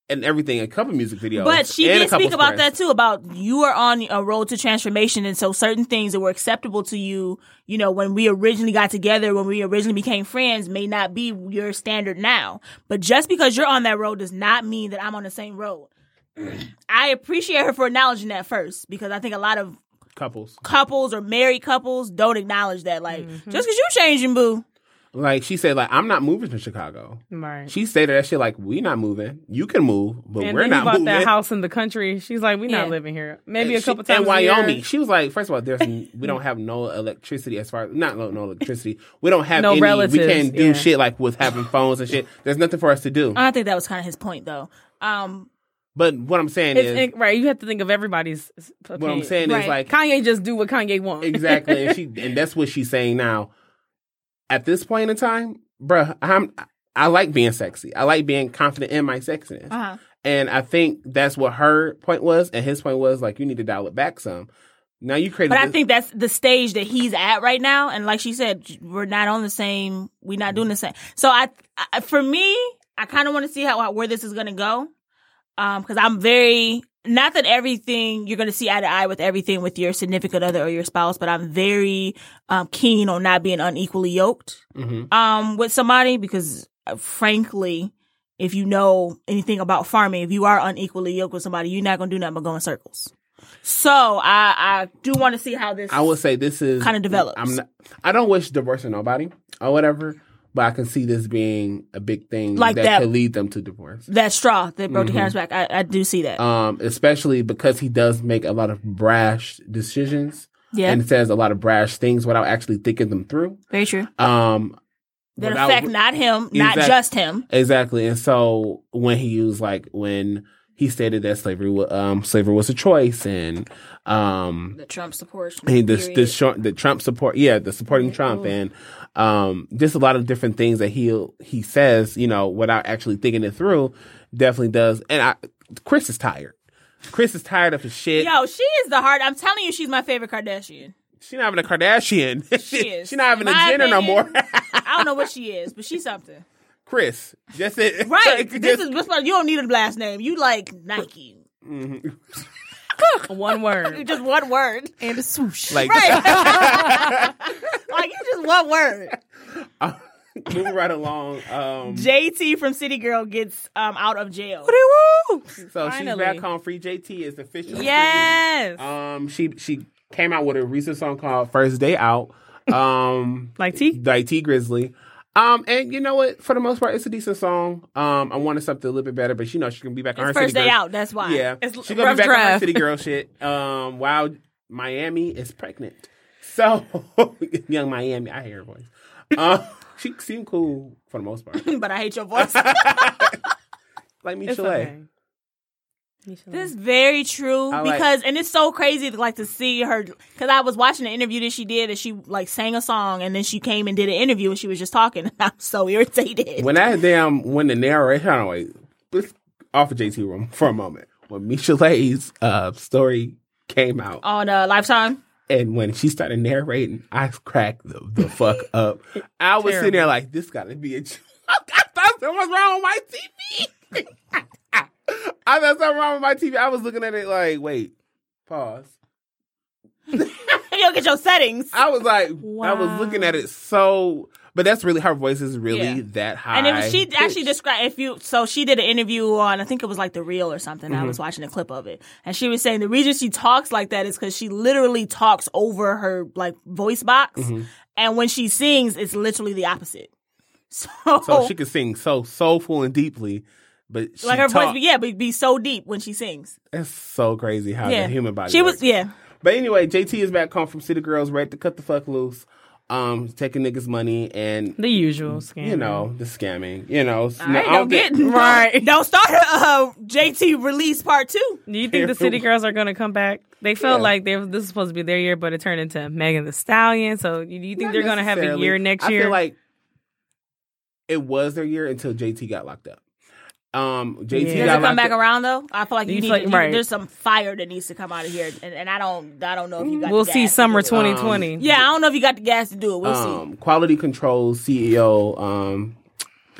[SPEAKER 2] and everything. A couple music videos,
[SPEAKER 3] But she
[SPEAKER 2] and a
[SPEAKER 3] did
[SPEAKER 2] couple
[SPEAKER 3] speak about that
[SPEAKER 2] spreads.
[SPEAKER 3] too. About you are on a road to transformation, and so certain things that were acceptable to you, you know, when we originally got together, when we originally became friends, may not be your standard now. But just because you're on that road does not mean that I'm on the same road. I appreciate her for acknowledging that first because I think a lot of
[SPEAKER 2] Couples,
[SPEAKER 3] couples or married couples don't acknowledge that. Like, just because you're changing, boo,
[SPEAKER 2] like she said, like I'm not moving to Chicago.
[SPEAKER 4] Right.
[SPEAKER 2] She stated that shit like we not moving. You can move, but
[SPEAKER 4] and
[SPEAKER 2] we're
[SPEAKER 4] then
[SPEAKER 2] not
[SPEAKER 4] he bought
[SPEAKER 2] moving.
[SPEAKER 4] that house in the country. She's like, we're
[SPEAKER 3] Yeah.
[SPEAKER 4] not living here. Maybe a
[SPEAKER 2] She-
[SPEAKER 4] couple times
[SPEAKER 2] in
[SPEAKER 4] a
[SPEAKER 2] Wyoming.
[SPEAKER 4] year.
[SPEAKER 2] She was like, first of all, there's n- we don't have no electricity as far not no, no electricity. We don't have
[SPEAKER 4] No
[SPEAKER 2] any. we
[SPEAKER 4] relatives,
[SPEAKER 2] can't do
[SPEAKER 4] yeah. Uh,
[SPEAKER 2] shit like with having phones and shit. There's nothing for us to do.
[SPEAKER 3] I think that was kind of his point though. Um,
[SPEAKER 2] But what I'm saying
[SPEAKER 4] It's
[SPEAKER 2] is,
[SPEAKER 4] in- right. You have to think of everybody's. Opinion.
[SPEAKER 2] what I'm saying is
[SPEAKER 3] Right.
[SPEAKER 2] like
[SPEAKER 4] Kanye just do what Kanye wants.
[SPEAKER 2] exactly, and she and that's what she's saying now. At this point in time, bruh, I'm I like being sexy. I like being confident in my sexiness.
[SPEAKER 3] uh-huh.
[SPEAKER 2] And I think that's what her point was, and his point was like you need to dial it back some. Now you created,
[SPEAKER 3] But I
[SPEAKER 2] this-
[SPEAKER 3] think that's the stage that he's at right now. And like she said, we're not on the same. We're not doing the same. So I, I for me, I kind of want to see how where this is going to go. Um, because I'm very not that everything you're going to see eye to eye with everything with your significant other or your spouse, but I'm very um keen on not being unequally yoked
[SPEAKER 2] Mhm.
[SPEAKER 3] um with somebody because uh, frankly. If you know anything about farming, if you are unequally yoked with somebody, you're not gonna do nothing but go in circles. So I, I do want to see how this.
[SPEAKER 2] I would say this is
[SPEAKER 3] Kinda develops.
[SPEAKER 2] I'm not, I don't wish divorce on nobody or whatever, but I can see this being a big thing
[SPEAKER 3] Like
[SPEAKER 2] that,
[SPEAKER 3] that.
[SPEAKER 2] could lead them to divorce.
[SPEAKER 3] that straw that broke
[SPEAKER 2] Mm-hmm.
[SPEAKER 3] the cameras back. I, I do see that.
[SPEAKER 2] Um, especially because he does make a lot of brash decisions
[SPEAKER 3] yeah,
[SPEAKER 2] and says a lot of brash things without actually thinking them through.
[SPEAKER 3] very true.
[SPEAKER 2] Um,
[SPEAKER 3] That
[SPEAKER 2] without-
[SPEAKER 3] affect not him, not
[SPEAKER 2] Exact-
[SPEAKER 3] just him.
[SPEAKER 2] Exactly. And so when he used like when he stated that slavery wa- um slavery was a choice and um
[SPEAKER 3] The Trump supporters.
[SPEAKER 2] he the the, short, the Trump support yeah the supporting
[SPEAKER 3] Mm-hmm.
[SPEAKER 2] Trump and um just a lot of different things that he he says you know without actually thinking it through definitely does and I Chris is tired Chris is tired of his shit
[SPEAKER 3] Yo, she is the heart. I'm telling you, she's my favorite Kardashian.
[SPEAKER 2] she's not even a Kardashian
[SPEAKER 3] She is.
[SPEAKER 2] she's not even
[SPEAKER 3] My
[SPEAKER 2] a Jenner no more
[SPEAKER 3] opinion- I don't know what she is, but she's something.
[SPEAKER 2] Chris that's it
[SPEAKER 3] Right.
[SPEAKER 2] Like,
[SPEAKER 3] this
[SPEAKER 2] just-
[SPEAKER 3] is this one- you don't need a last name. You like Nike.
[SPEAKER 4] One word.
[SPEAKER 3] Just one word.
[SPEAKER 5] And a swoosh.
[SPEAKER 2] like
[SPEAKER 3] Like you just one word.
[SPEAKER 2] moving right along um
[SPEAKER 3] JT from City Girl gets um out of jail.
[SPEAKER 2] so
[SPEAKER 4] Finally.
[SPEAKER 2] she's back home free JT is officially free.
[SPEAKER 4] Yes.
[SPEAKER 2] Um, she she came out with a recent song called First Day Out. Um,
[SPEAKER 4] Like T?
[SPEAKER 2] like T Grizzly. Um, and you know what? For the most part, it's a decent song. Um, I wanted something a little bit better, but you know she's gonna be back on her
[SPEAKER 3] It's first
[SPEAKER 2] City
[SPEAKER 3] day
[SPEAKER 2] Girl-
[SPEAKER 3] out. That's why.
[SPEAKER 2] Yeah,
[SPEAKER 4] It's
[SPEAKER 2] she's gonna
[SPEAKER 4] rough
[SPEAKER 2] be back on her
[SPEAKER 4] draft.
[SPEAKER 2] City Girl shit. Um, wow, Miami is pregnant. So young Miami, I hear her voice. Um, she seemed cool for the most part.
[SPEAKER 3] but I hate your voice.
[SPEAKER 2] Like me,
[SPEAKER 4] It's
[SPEAKER 2] Chile.
[SPEAKER 4] okay. Michele.
[SPEAKER 3] This is very true
[SPEAKER 2] I like-
[SPEAKER 3] because, and it's so crazy to like to see her because I was watching the interview that she did and she like sang a song and then she came and did an interview and she was just talking. I'm so irritated.
[SPEAKER 2] When that damn when the narrator, hold on, wait, let's off of JT room for a moment. When Michelet's uh, story came out,
[SPEAKER 3] on uh, Lifetime,
[SPEAKER 2] and when she started narrating, I cracked the, the fuck up. I was sitting there like, this gotta be a joke. I thought something was wrong with my TV. I thought something wrong with my TV. I was looking at it like, wait, pause.
[SPEAKER 3] you look at your settings,
[SPEAKER 2] I was like, I
[SPEAKER 4] Wow.
[SPEAKER 2] was looking at it so, but that's really her voice is really
[SPEAKER 3] Yeah.
[SPEAKER 2] that high.
[SPEAKER 3] and it was she actually
[SPEAKER 2] pitched.
[SPEAKER 3] described if you. So she did an interview on I think it was like the Real or something. I was watching a clip of it and she was saying the reason she talks like that is because she literally talks over her like voice box, and when she sings, it's literally the opposite. So,
[SPEAKER 2] So she could sing so soulful and deeply, but she
[SPEAKER 3] like her
[SPEAKER 2] talk-
[SPEAKER 3] voice, be, yeah, but be so deep when she sings.
[SPEAKER 2] It's so crazy how
[SPEAKER 3] Yeah,
[SPEAKER 2] the human body.
[SPEAKER 3] She
[SPEAKER 2] works.
[SPEAKER 3] was, yeah,
[SPEAKER 2] But anyway, JT is back home from City Girls, right to cut the fuck loose, um, taking niggas' money and
[SPEAKER 4] the usual scam.
[SPEAKER 2] you know the scamming. You know,
[SPEAKER 3] All right, don't get
[SPEAKER 4] Right.
[SPEAKER 3] Don't start a uh, JT release part two.
[SPEAKER 4] Do you think the City Girls are going to come back? They felt like they, this was supposed to be their year, but it turned into Megan the Stallion. So do you think they're going to have a year next year?
[SPEAKER 2] I feel like it was their year until JT got locked up. Um, JT got
[SPEAKER 3] Does
[SPEAKER 4] Yeah.
[SPEAKER 3] it
[SPEAKER 2] locked
[SPEAKER 3] come back
[SPEAKER 2] up.
[SPEAKER 3] around though? I feel like you,
[SPEAKER 4] You
[SPEAKER 3] need.
[SPEAKER 4] feel-
[SPEAKER 3] you-
[SPEAKER 4] right.
[SPEAKER 3] There's some fire that needs to come out of here, and, and I don't. I don't know if you got.
[SPEAKER 4] we'll
[SPEAKER 3] the
[SPEAKER 4] see
[SPEAKER 3] gas to
[SPEAKER 4] summer
[SPEAKER 3] do it.
[SPEAKER 4] 2020.
[SPEAKER 3] Yeah, I don't know if you got the gas to do it. We'll
[SPEAKER 2] um, quality control CEO. Um,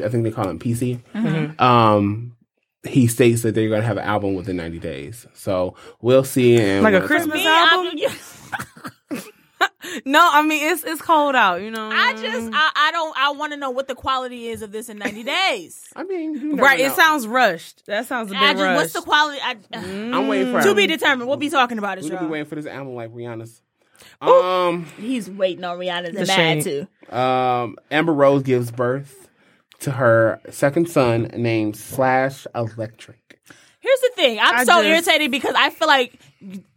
[SPEAKER 2] I think they call him PC.
[SPEAKER 4] Mm-hmm.
[SPEAKER 2] Um, he states that they're going to have an album within 90 days. So we'll see. And
[SPEAKER 4] Like a
[SPEAKER 2] we'll-
[SPEAKER 3] see.
[SPEAKER 4] Christmas
[SPEAKER 3] Me,
[SPEAKER 4] album?
[SPEAKER 3] I,
[SPEAKER 4] No, I mean it's it's cold out. You know,
[SPEAKER 3] I just. I, I don't. I want to know what the quality is of this in 90 days.
[SPEAKER 2] I mean, you never
[SPEAKER 4] right.
[SPEAKER 2] know.
[SPEAKER 4] It sounds rushed. That sounds a bit
[SPEAKER 3] I just. What's
[SPEAKER 4] rushed.
[SPEAKER 3] the quality? I,
[SPEAKER 2] I'm waiting for
[SPEAKER 3] To be
[SPEAKER 2] him.
[SPEAKER 3] determined. We'll be talking about it,
[SPEAKER 2] We're gonna Mm. be
[SPEAKER 3] y'all.
[SPEAKER 2] waiting for this album like Rihanna's. Um,
[SPEAKER 3] He's waiting on Rihanna to
[SPEAKER 4] The
[SPEAKER 3] mad
[SPEAKER 4] shade.
[SPEAKER 3] too.
[SPEAKER 2] um, Amber Rose gives birth to her second son named Slash Electric.
[SPEAKER 3] Here's the thing. I'm
[SPEAKER 4] I
[SPEAKER 3] so
[SPEAKER 4] just-
[SPEAKER 3] irritated because I feel like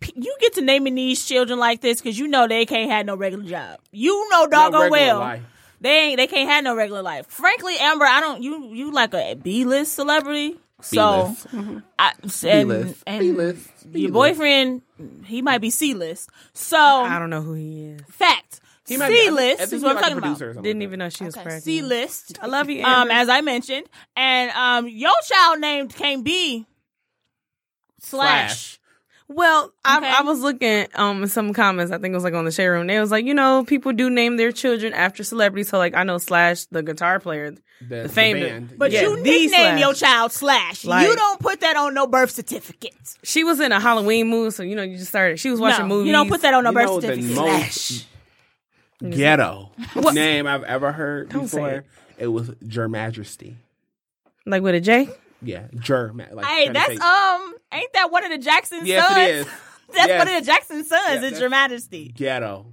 [SPEAKER 3] p- you get to naming these children like this because you know they can't have no regular job. You know
[SPEAKER 2] No regular
[SPEAKER 3] doggone well
[SPEAKER 2] life.
[SPEAKER 3] they ain't they can't have no regular life. Frankly, Amber, I don't you you like a B list celebrity. So
[SPEAKER 2] B-list.
[SPEAKER 3] I and,
[SPEAKER 2] B-list.
[SPEAKER 3] and
[SPEAKER 2] B-list.
[SPEAKER 3] your
[SPEAKER 2] B-list.
[SPEAKER 3] boyfriend he might be C list.
[SPEAKER 4] I
[SPEAKER 3] So
[SPEAKER 4] don't know who he is.
[SPEAKER 3] fact
[SPEAKER 2] He might be- I
[SPEAKER 3] C
[SPEAKER 2] think- I
[SPEAKER 3] list
[SPEAKER 2] think
[SPEAKER 3] is
[SPEAKER 2] he
[SPEAKER 3] what I'm
[SPEAKER 2] like a
[SPEAKER 3] talking about.
[SPEAKER 2] producer or something
[SPEAKER 4] Didn't
[SPEAKER 2] like
[SPEAKER 4] even know she was pregnant.
[SPEAKER 3] C list.
[SPEAKER 4] I love you,
[SPEAKER 3] Um,
[SPEAKER 4] Amber.
[SPEAKER 3] as I mentioned, and um, your child named can't be slash.
[SPEAKER 2] Slash.
[SPEAKER 4] Well, I,
[SPEAKER 3] Okay.
[SPEAKER 4] I was looking um in some comments. I think it was like on the share room. They was like, you know, people do name their children after celebrities. So like, I know Slash, the guitar player,
[SPEAKER 2] that. The, the
[SPEAKER 4] famous-
[SPEAKER 2] band.
[SPEAKER 3] But
[SPEAKER 4] Yeah,
[SPEAKER 3] you
[SPEAKER 4] the
[SPEAKER 3] nickname
[SPEAKER 4] slash.
[SPEAKER 3] your child slash. you
[SPEAKER 4] Like-
[SPEAKER 3] don't put that on no birth certificate.
[SPEAKER 4] she was in a Halloween mood. So you know, you just started. She was
[SPEAKER 3] No,
[SPEAKER 4] watching movies.
[SPEAKER 3] you don't put that on no
[SPEAKER 2] You
[SPEAKER 3] birth
[SPEAKER 2] know the
[SPEAKER 3] certificate.
[SPEAKER 2] most-
[SPEAKER 3] slash.
[SPEAKER 2] ghetto name I've ever heard
[SPEAKER 4] Don't say
[SPEAKER 2] before.
[SPEAKER 4] it.
[SPEAKER 2] It. was Jer Majesty.
[SPEAKER 4] like with a J.
[SPEAKER 2] Yeah, Jer. Ma- like
[SPEAKER 3] Hey,
[SPEAKER 2] trying to
[SPEAKER 3] that's
[SPEAKER 2] say-
[SPEAKER 3] um, ain't that one of the Jackson
[SPEAKER 2] Yes,
[SPEAKER 3] sons?
[SPEAKER 2] it is.
[SPEAKER 3] that's
[SPEAKER 2] Yes.
[SPEAKER 3] one of the Jackson sons. it's
[SPEAKER 2] that's-
[SPEAKER 3] Your Majesty.
[SPEAKER 2] ghetto.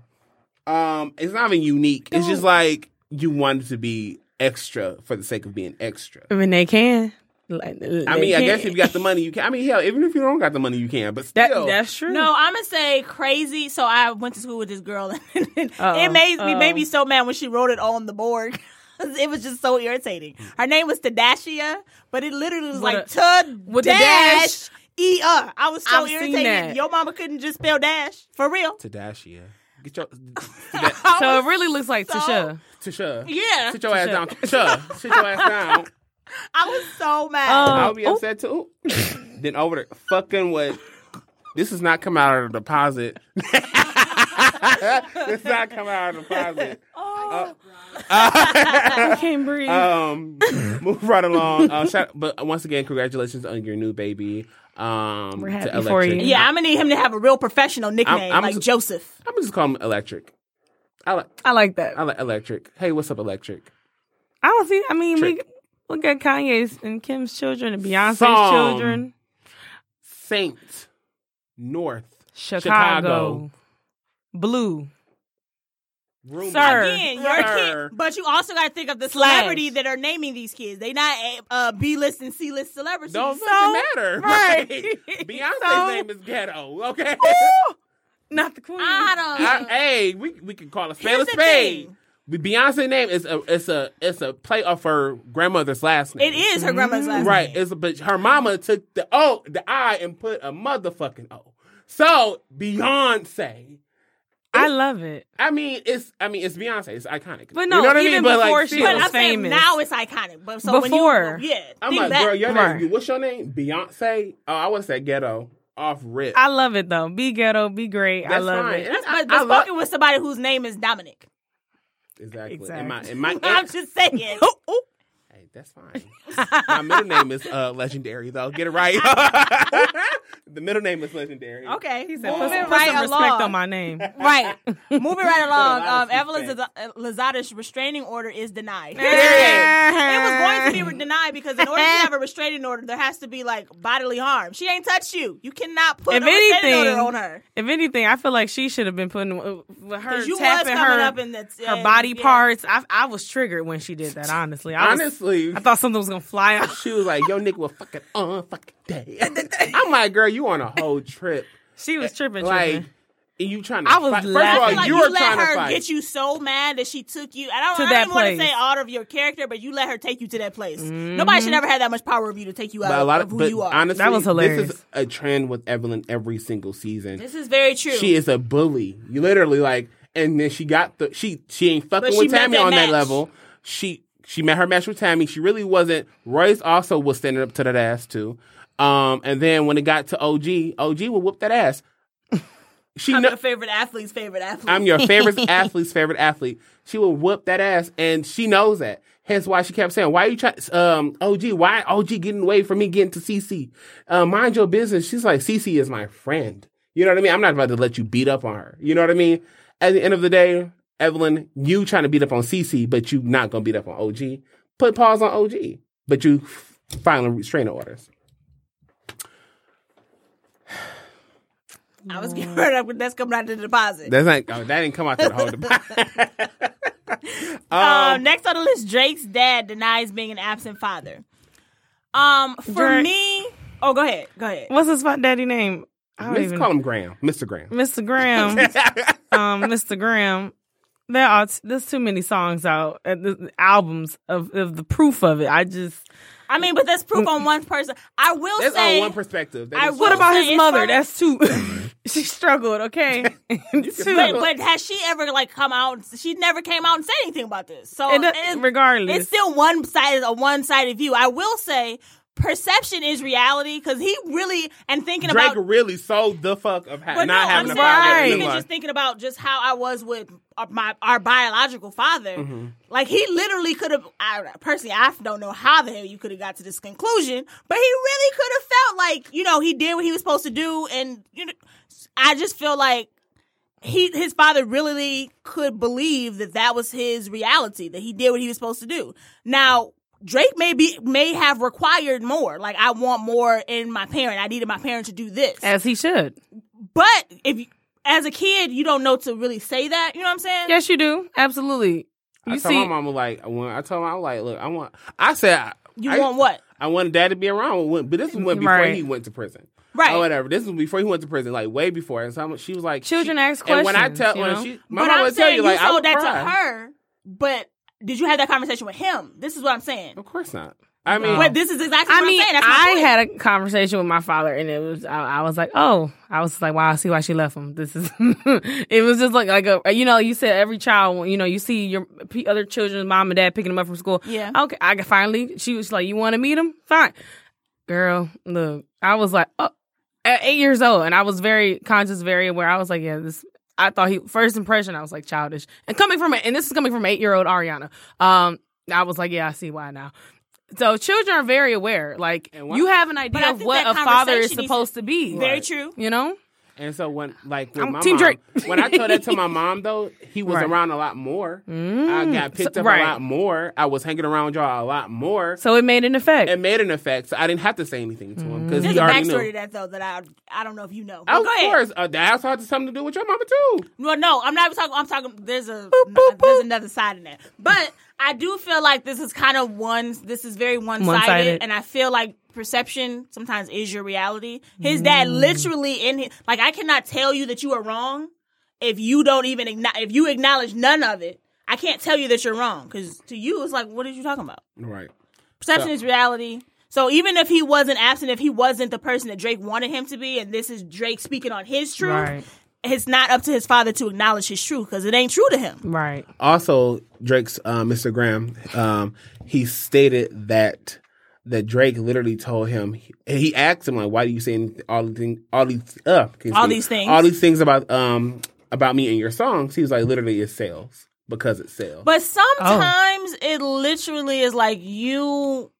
[SPEAKER 2] Um, it's not even unique. It's just like you wanted to be extra for the sake of being extra.
[SPEAKER 4] I mean, they can. Like,
[SPEAKER 2] I
[SPEAKER 4] they
[SPEAKER 2] mean, I
[SPEAKER 4] can.
[SPEAKER 2] guess if you got the money, you can. I mean, hell, even if you don't got the money, you can. But
[SPEAKER 4] that,
[SPEAKER 2] still,
[SPEAKER 4] that's true.
[SPEAKER 3] No, I'm gonna say crazy. So I went to school with this girl, and
[SPEAKER 4] Uh-oh.
[SPEAKER 3] it made me
[SPEAKER 4] Uh-oh.
[SPEAKER 3] made me so mad when she wrote it on the board. it was just so irritating. Her name was Tadashia, but it literally was like
[SPEAKER 4] With
[SPEAKER 3] Tud
[SPEAKER 4] with the
[SPEAKER 3] dash. E uh, I was so
[SPEAKER 4] I've seen
[SPEAKER 3] irritated.
[SPEAKER 4] that.
[SPEAKER 3] Your mama couldn't just spell dash for real.
[SPEAKER 2] Tadashia, get your Tada-
[SPEAKER 3] I
[SPEAKER 4] so
[SPEAKER 3] was
[SPEAKER 4] it really looks like
[SPEAKER 3] so-
[SPEAKER 4] Tasha.
[SPEAKER 2] Tasha,
[SPEAKER 3] Yeah.
[SPEAKER 2] sit your ass down, Tasha, sit your ass down.
[SPEAKER 3] I was so mad.
[SPEAKER 4] Um,
[SPEAKER 2] I'll be
[SPEAKER 4] oh.
[SPEAKER 2] upset too. then over the fucking what? This is not coming out of the deposit. this not coming out of the deposit.
[SPEAKER 4] I can't breathe.
[SPEAKER 2] um, move right along. Uh, shout, but once again, congratulations on your new baby. Um,
[SPEAKER 4] We're
[SPEAKER 2] to
[SPEAKER 4] happy for
[SPEAKER 2] Electric.
[SPEAKER 4] you.
[SPEAKER 3] yeah, I'm gonna need him to have a real professional nickname
[SPEAKER 2] I'm
[SPEAKER 3] like
[SPEAKER 2] just-
[SPEAKER 3] Joseph.
[SPEAKER 2] I'm gonna just call him Electric. I like,
[SPEAKER 4] I like that.
[SPEAKER 2] I like Electric. Hey, what's up, Electric?
[SPEAKER 4] I don't see. I mean, we
[SPEAKER 2] Trick.
[SPEAKER 4] look at Kanye's and Kim's children and Beyonce's
[SPEAKER 2] Song.
[SPEAKER 4] children.
[SPEAKER 2] Saint North
[SPEAKER 4] Chicago.
[SPEAKER 2] Chicago.
[SPEAKER 4] Blue.
[SPEAKER 2] Rumor.
[SPEAKER 4] Sir.
[SPEAKER 3] Again, your
[SPEAKER 2] Sir.
[SPEAKER 3] kid, but you also got to think of the
[SPEAKER 4] Slash.
[SPEAKER 3] celebrity that are naming these kids. They not uh, B list and C list celebrities.
[SPEAKER 2] Don't
[SPEAKER 3] So-
[SPEAKER 2] fucking matter.
[SPEAKER 4] right.
[SPEAKER 2] Like, Beyonce's
[SPEAKER 4] So-
[SPEAKER 2] name is Ghetto. Okay.
[SPEAKER 4] Not the queen.
[SPEAKER 3] I
[SPEAKER 2] I-
[SPEAKER 3] don't.
[SPEAKER 2] hey, we we can call a spade
[SPEAKER 3] Here's
[SPEAKER 2] a
[SPEAKER 3] the
[SPEAKER 2] spade.
[SPEAKER 3] thing.
[SPEAKER 2] Be- Beyonce's name is a it's a it's a play off her grandmother's last name.
[SPEAKER 3] it is her grandma's last
[SPEAKER 2] right.
[SPEAKER 3] name.
[SPEAKER 2] It's a, but her mama took the O the I and put a motherfucking O. So Beyonce.
[SPEAKER 4] I love it.
[SPEAKER 2] I mean, it's I mean it's Beyonce. It's iconic.
[SPEAKER 4] But
[SPEAKER 2] You
[SPEAKER 4] no,
[SPEAKER 2] know what I
[SPEAKER 4] even
[SPEAKER 2] mean? But, like,
[SPEAKER 4] before she
[SPEAKER 2] still,
[SPEAKER 3] But I'm saying
[SPEAKER 4] famous.
[SPEAKER 3] now it's iconic. But so
[SPEAKER 4] Before.
[SPEAKER 3] when you, yeah,
[SPEAKER 2] I'm
[SPEAKER 3] think
[SPEAKER 2] like,
[SPEAKER 3] that.
[SPEAKER 2] girl, your
[SPEAKER 4] Right.
[SPEAKER 2] name. What's your name? Beyonce. Oh, I would say Ghetto off rip.
[SPEAKER 4] I love it though. Be ghetto, be great. I
[SPEAKER 2] That's
[SPEAKER 4] love
[SPEAKER 2] fine.
[SPEAKER 4] it.
[SPEAKER 2] And I-
[SPEAKER 3] but but
[SPEAKER 2] I love-
[SPEAKER 3] spoken with somebody whose name is Dominic.
[SPEAKER 2] Exactly.
[SPEAKER 4] Exactly.
[SPEAKER 2] In my, in my,
[SPEAKER 3] I'm just saying.
[SPEAKER 2] hey, that's fine. my middle name is uh, legendary, though. Get it right. the middle name is legendary.
[SPEAKER 3] okay, he
[SPEAKER 4] Put,
[SPEAKER 3] moving
[SPEAKER 4] some- put
[SPEAKER 3] right
[SPEAKER 4] some
[SPEAKER 3] along.
[SPEAKER 4] respect on my name.
[SPEAKER 3] Right, moving right along.
[SPEAKER 2] lot
[SPEAKER 3] Um,
[SPEAKER 2] of
[SPEAKER 3] Evelyn
[SPEAKER 2] respect.
[SPEAKER 3] Laza- Lozada's restraining order is denied. It was
[SPEAKER 4] was
[SPEAKER 3] going to be re- denied because in order to have a restraining order, there has to be like bodily harm. She ain't touched you. You cannot put
[SPEAKER 4] If
[SPEAKER 3] a restraining
[SPEAKER 4] anything-
[SPEAKER 3] order on her.
[SPEAKER 4] If anything, I feel like she should have been putting uh, with her
[SPEAKER 3] 'Cause you was
[SPEAKER 4] tapping
[SPEAKER 3] coming
[SPEAKER 4] her
[SPEAKER 3] up in the-
[SPEAKER 4] her
[SPEAKER 3] yeah,
[SPEAKER 4] body
[SPEAKER 3] yeah.
[SPEAKER 4] parts. I I was triggered when she did that. Honestly, I was-
[SPEAKER 2] Honestly,
[SPEAKER 4] I thought something was gonna fly out.
[SPEAKER 2] she was like, yo, nigga, was fucking on fucking day. I'm like, girl, you on a whole trip.
[SPEAKER 4] She was tripping.
[SPEAKER 2] Like,
[SPEAKER 4] tripping.
[SPEAKER 2] and you trying to
[SPEAKER 4] I was
[SPEAKER 2] fight.
[SPEAKER 4] laughing.
[SPEAKER 2] First
[SPEAKER 4] I
[SPEAKER 2] of
[SPEAKER 4] feel
[SPEAKER 2] all,
[SPEAKER 3] Like
[SPEAKER 2] you
[SPEAKER 3] you,
[SPEAKER 2] were
[SPEAKER 3] let
[SPEAKER 2] trying to
[SPEAKER 3] her
[SPEAKER 2] fight.
[SPEAKER 3] get you so mad that she took you. I don't.
[SPEAKER 4] To
[SPEAKER 3] I
[SPEAKER 4] that
[SPEAKER 3] don't even want to
[SPEAKER 4] place.
[SPEAKER 3] say out of your character, but you let her take you to that place. Nobody
[SPEAKER 4] Mm-hmm.
[SPEAKER 3] should ever have that much power of you to take you out
[SPEAKER 2] But a lot
[SPEAKER 3] of,
[SPEAKER 2] of,
[SPEAKER 3] who
[SPEAKER 2] but
[SPEAKER 3] you are.
[SPEAKER 2] honestly,
[SPEAKER 4] That was hilarious.
[SPEAKER 2] This is a trend with Evelyn every single season.
[SPEAKER 3] this is very true.
[SPEAKER 2] she is a bully. You literally like, and then she got the she she ain't fucking
[SPEAKER 3] she
[SPEAKER 2] with
[SPEAKER 3] met
[SPEAKER 2] Tammy
[SPEAKER 3] that
[SPEAKER 2] on
[SPEAKER 3] match.
[SPEAKER 2] that level. She she met her match with Tammy. She really wasn't. Royce also was standing up to that ass too. Um, and then when it got to OG, OG will whoop that ass. She
[SPEAKER 3] I'm
[SPEAKER 2] kno-
[SPEAKER 3] your favorite athlete's favorite athlete.
[SPEAKER 2] I'm your favorite athlete's favorite athlete. She will whoop that ass, and she knows that. Hence why she kept saying, "Why are you trying, um, OG? Why OG getting away from me getting to CC? Uh, mind your business." She's like, "CC is my friend. You know what I mean? I'm not about to let you beat up on her. You know what I mean? At the end of the day, Evelyn, you trying to beat up on CC, but you not gonna beat up on OG. Put pause on OG, but you f- filing restraining orders.
[SPEAKER 3] I was getting rid of that's coming out of the deposit.
[SPEAKER 2] That's not. Oh, that didn't come out to the whole deposit.
[SPEAKER 3] Um, next on the list, Drake's dad denies being an absent father. Um, for
[SPEAKER 4] Drake-
[SPEAKER 3] me, oh, go ahead, go ahead.
[SPEAKER 4] What's his fat daddy name? I don't
[SPEAKER 2] Let's
[SPEAKER 4] even. Mm.
[SPEAKER 2] call him Graham, Mr. Graham.
[SPEAKER 4] Mr. Graham. um, Mr. Graham. There are t- there's too many songs out, uh, the albums of, of the proof of it. I just
[SPEAKER 3] I mean, but that's proof on one person. I will
[SPEAKER 2] That's
[SPEAKER 3] say,
[SPEAKER 2] on one perspective. That
[SPEAKER 3] I
[SPEAKER 2] is
[SPEAKER 3] would
[SPEAKER 4] what
[SPEAKER 2] true.
[SPEAKER 4] about
[SPEAKER 3] say
[SPEAKER 4] his
[SPEAKER 3] it's
[SPEAKER 4] mother?
[SPEAKER 3] fine.
[SPEAKER 4] That's too. she struggled. Okay,
[SPEAKER 3] but,
[SPEAKER 4] too.
[SPEAKER 3] but has she ever like come out? She never came out and said anything about this. So
[SPEAKER 4] It do-
[SPEAKER 3] it's-
[SPEAKER 4] regardless,
[SPEAKER 3] it's still one sided, a one sided view. I will say, perception is reality because he really and thinking
[SPEAKER 2] Drake
[SPEAKER 3] about
[SPEAKER 2] really sold the fuck of ha-
[SPEAKER 3] But
[SPEAKER 2] not
[SPEAKER 3] no,
[SPEAKER 2] having a
[SPEAKER 3] I'm
[SPEAKER 2] father.
[SPEAKER 3] saying
[SPEAKER 2] in
[SPEAKER 4] Right.
[SPEAKER 3] even
[SPEAKER 2] his
[SPEAKER 3] just
[SPEAKER 2] life.
[SPEAKER 3] thinking about just how I was with uh, my our biological father.
[SPEAKER 2] Mm-hmm.
[SPEAKER 3] Like he literally could have. I personally, I don't know how the hell you could have got to this conclusion, but he really could have felt like you know he did what he was supposed to do, and you know, I just feel like. He his father really could believe that that was his reality that he did what he was supposed to do. Now Drake may be may have required more. Like I want more in my parent. I needed my parent to do this.
[SPEAKER 4] as he should.
[SPEAKER 3] But if you- as a kid, you don't know to really say that. You know what I'm saying?
[SPEAKER 4] Yes, you do. Absolutely. You
[SPEAKER 2] I told
[SPEAKER 4] see,
[SPEAKER 2] my mama like when I told my mama like, look, I want. I said, I-
[SPEAKER 3] You
[SPEAKER 2] I,
[SPEAKER 3] want what?
[SPEAKER 2] I wanted dad to be around, when- but this was when before
[SPEAKER 4] Right.
[SPEAKER 2] he went to prison.
[SPEAKER 3] Right.
[SPEAKER 2] Or whatever. This was before he went to prison, like way before. And so I'm- she was like,
[SPEAKER 4] Children
[SPEAKER 2] she,
[SPEAKER 4] ask
[SPEAKER 2] And when I
[SPEAKER 4] questions,
[SPEAKER 2] tell,
[SPEAKER 4] you
[SPEAKER 2] when
[SPEAKER 4] know?
[SPEAKER 2] she, my
[SPEAKER 3] But
[SPEAKER 2] mama
[SPEAKER 3] I'm
[SPEAKER 2] would tell
[SPEAKER 3] saying
[SPEAKER 2] you
[SPEAKER 3] you,
[SPEAKER 2] like, I would
[SPEAKER 3] sold that
[SPEAKER 2] cry.
[SPEAKER 3] to her. But did you have that conversation with him? This is what I'm saying.
[SPEAKER 2] Of course not. I mean,
[SPEAKER 3] But this is exactly
[SPEAKER 4] I
[SPEAKER 3] what
[SPEAKER 4] mean,
[SPEAKER 3] I'm saying. That's my
[SPEAKER 4] I
[SPEAKER 3] point.
[SPEAKER 4] had a conversation with my father, and it was I, I was like, oh, I was like, wow, I see why she left him. This is, it was just like like a you know, you said every child, you know, you see your p- other children's mom and dad picking them up from school.
[SPEAKER 3] Yeah.
[SPEAKER 4] Okay, I got- finally she was like, you want to meet him? Fine, girl. Look, I was like, oh, at eight years old, and I was very conscious, very aware. I was like, yeah, this. I thought he first impression. I was like childish, and coming from a, and this is coming from eight year old Ariana. Um, I was like, yeah, I see why now. So children are very aware. Like
[SPEAKER 2] And why-
[SPEAKER 4] you have an
[SPEAKER 3] But I
[SPEAKER 4] idea of
[SPEAKER 3] think
[SPEAKER 4] what
[SPEAKER 3] that
[SPEAKER 4] a father is
[SPEAKER 3] conversation needs
[SPEAKER 4] supposed
[SPEAKER 3] to-
[SPEAKER 4] to be.
[SPEAKER 3] Very true.
[SPEAKER 4] You know.
[SPEAKER 2] And so when like with
[SPEAKER 4] I'm
[SPEAKER 2] my
[SPEAKER 4] Team
[SPEAKER 2] mom,
[SPEAKER 4] Drake.
[SPEAKER 2] when I told that to my mom though, he was
[SPEAKER 4] Right.
[SPEAKER 2] around a lot more. I
[SPEAKER 3] Mm,
[SPEAKER 2] got picked
[SPEAKER 4] So-
[SPEAKER 2] up
[SPEAKER 4] right.
[SPEAKER 2] a lot more. I was hanging around y'all a lot more.
[SPEAKER 4] So it made an effect.
[SPEAKER 2] It made an effect. So I didn't have to say anything to him because
[SPEAKER 3] There's
[SPEAKER 2] he
[SPEAKER 3] a
[SPEAKER 2] already
[SPEAKER 3] backstory to
[SPEAKER 2] knew.
[SPEAKER 3] that though that I I don't know if you know. But
[SPEAKER 2] Of
[SPEAKER 3] go ahead.
[SPEAKER 2] course, uh, that also had something to do with your mama too.
[SPEAKER 3] Well, no, I'm not even talking. I'm talking. There's a
[SPEAKER 4] boop,
[SPEAKER 3] there's
[SPEAKER 4] boop.
[SPEAKER 3] another side in that, but I do feel like this is kind of one. This is very one sided,
[SPEAKER 4] One-sided.
[SPEAKER 3] and I feel like perception sometimes is your reality. His dad
[SPEAKER 4] Mm.
[SPEAKER 3] literally in his, like I cannot tell you that you are wrong if you don't even acknow- if you acknowledge none of it. I can't tell you that you're wrong because to you it's like what are you talking about?
[SPEAKER 2] Right.
[SPEAKER 3] Perception
[SPEAKER 2] So-
[SPEAKER 3] is reality. So even if he wasn't absent, if he wasn't the person that Drake wanted him to be, and this is Drake speaking on his truth,
[SPEAKER 4] Right.
[SPEAKER 3] it's not up to his father to acknowledge his truth because it ain't true to him.
[SPEAKER 4] Right.
[SPEAKER 2] Also, Drake's uh, Mr. Graham, um, he stated that that Drake literally told him. He, he asked him like, "Why do you saying all these things? All these uh, can you
[SPEAKER 3] All
[SPEAKER 2] speak?
[SPEAKER 3] these things.
[SPEAKER 2] All these things about um about me and your songs." He was like, "Literally, it's sales because it's sales."
[SPEAKER 3] But sometimes it literally is like you,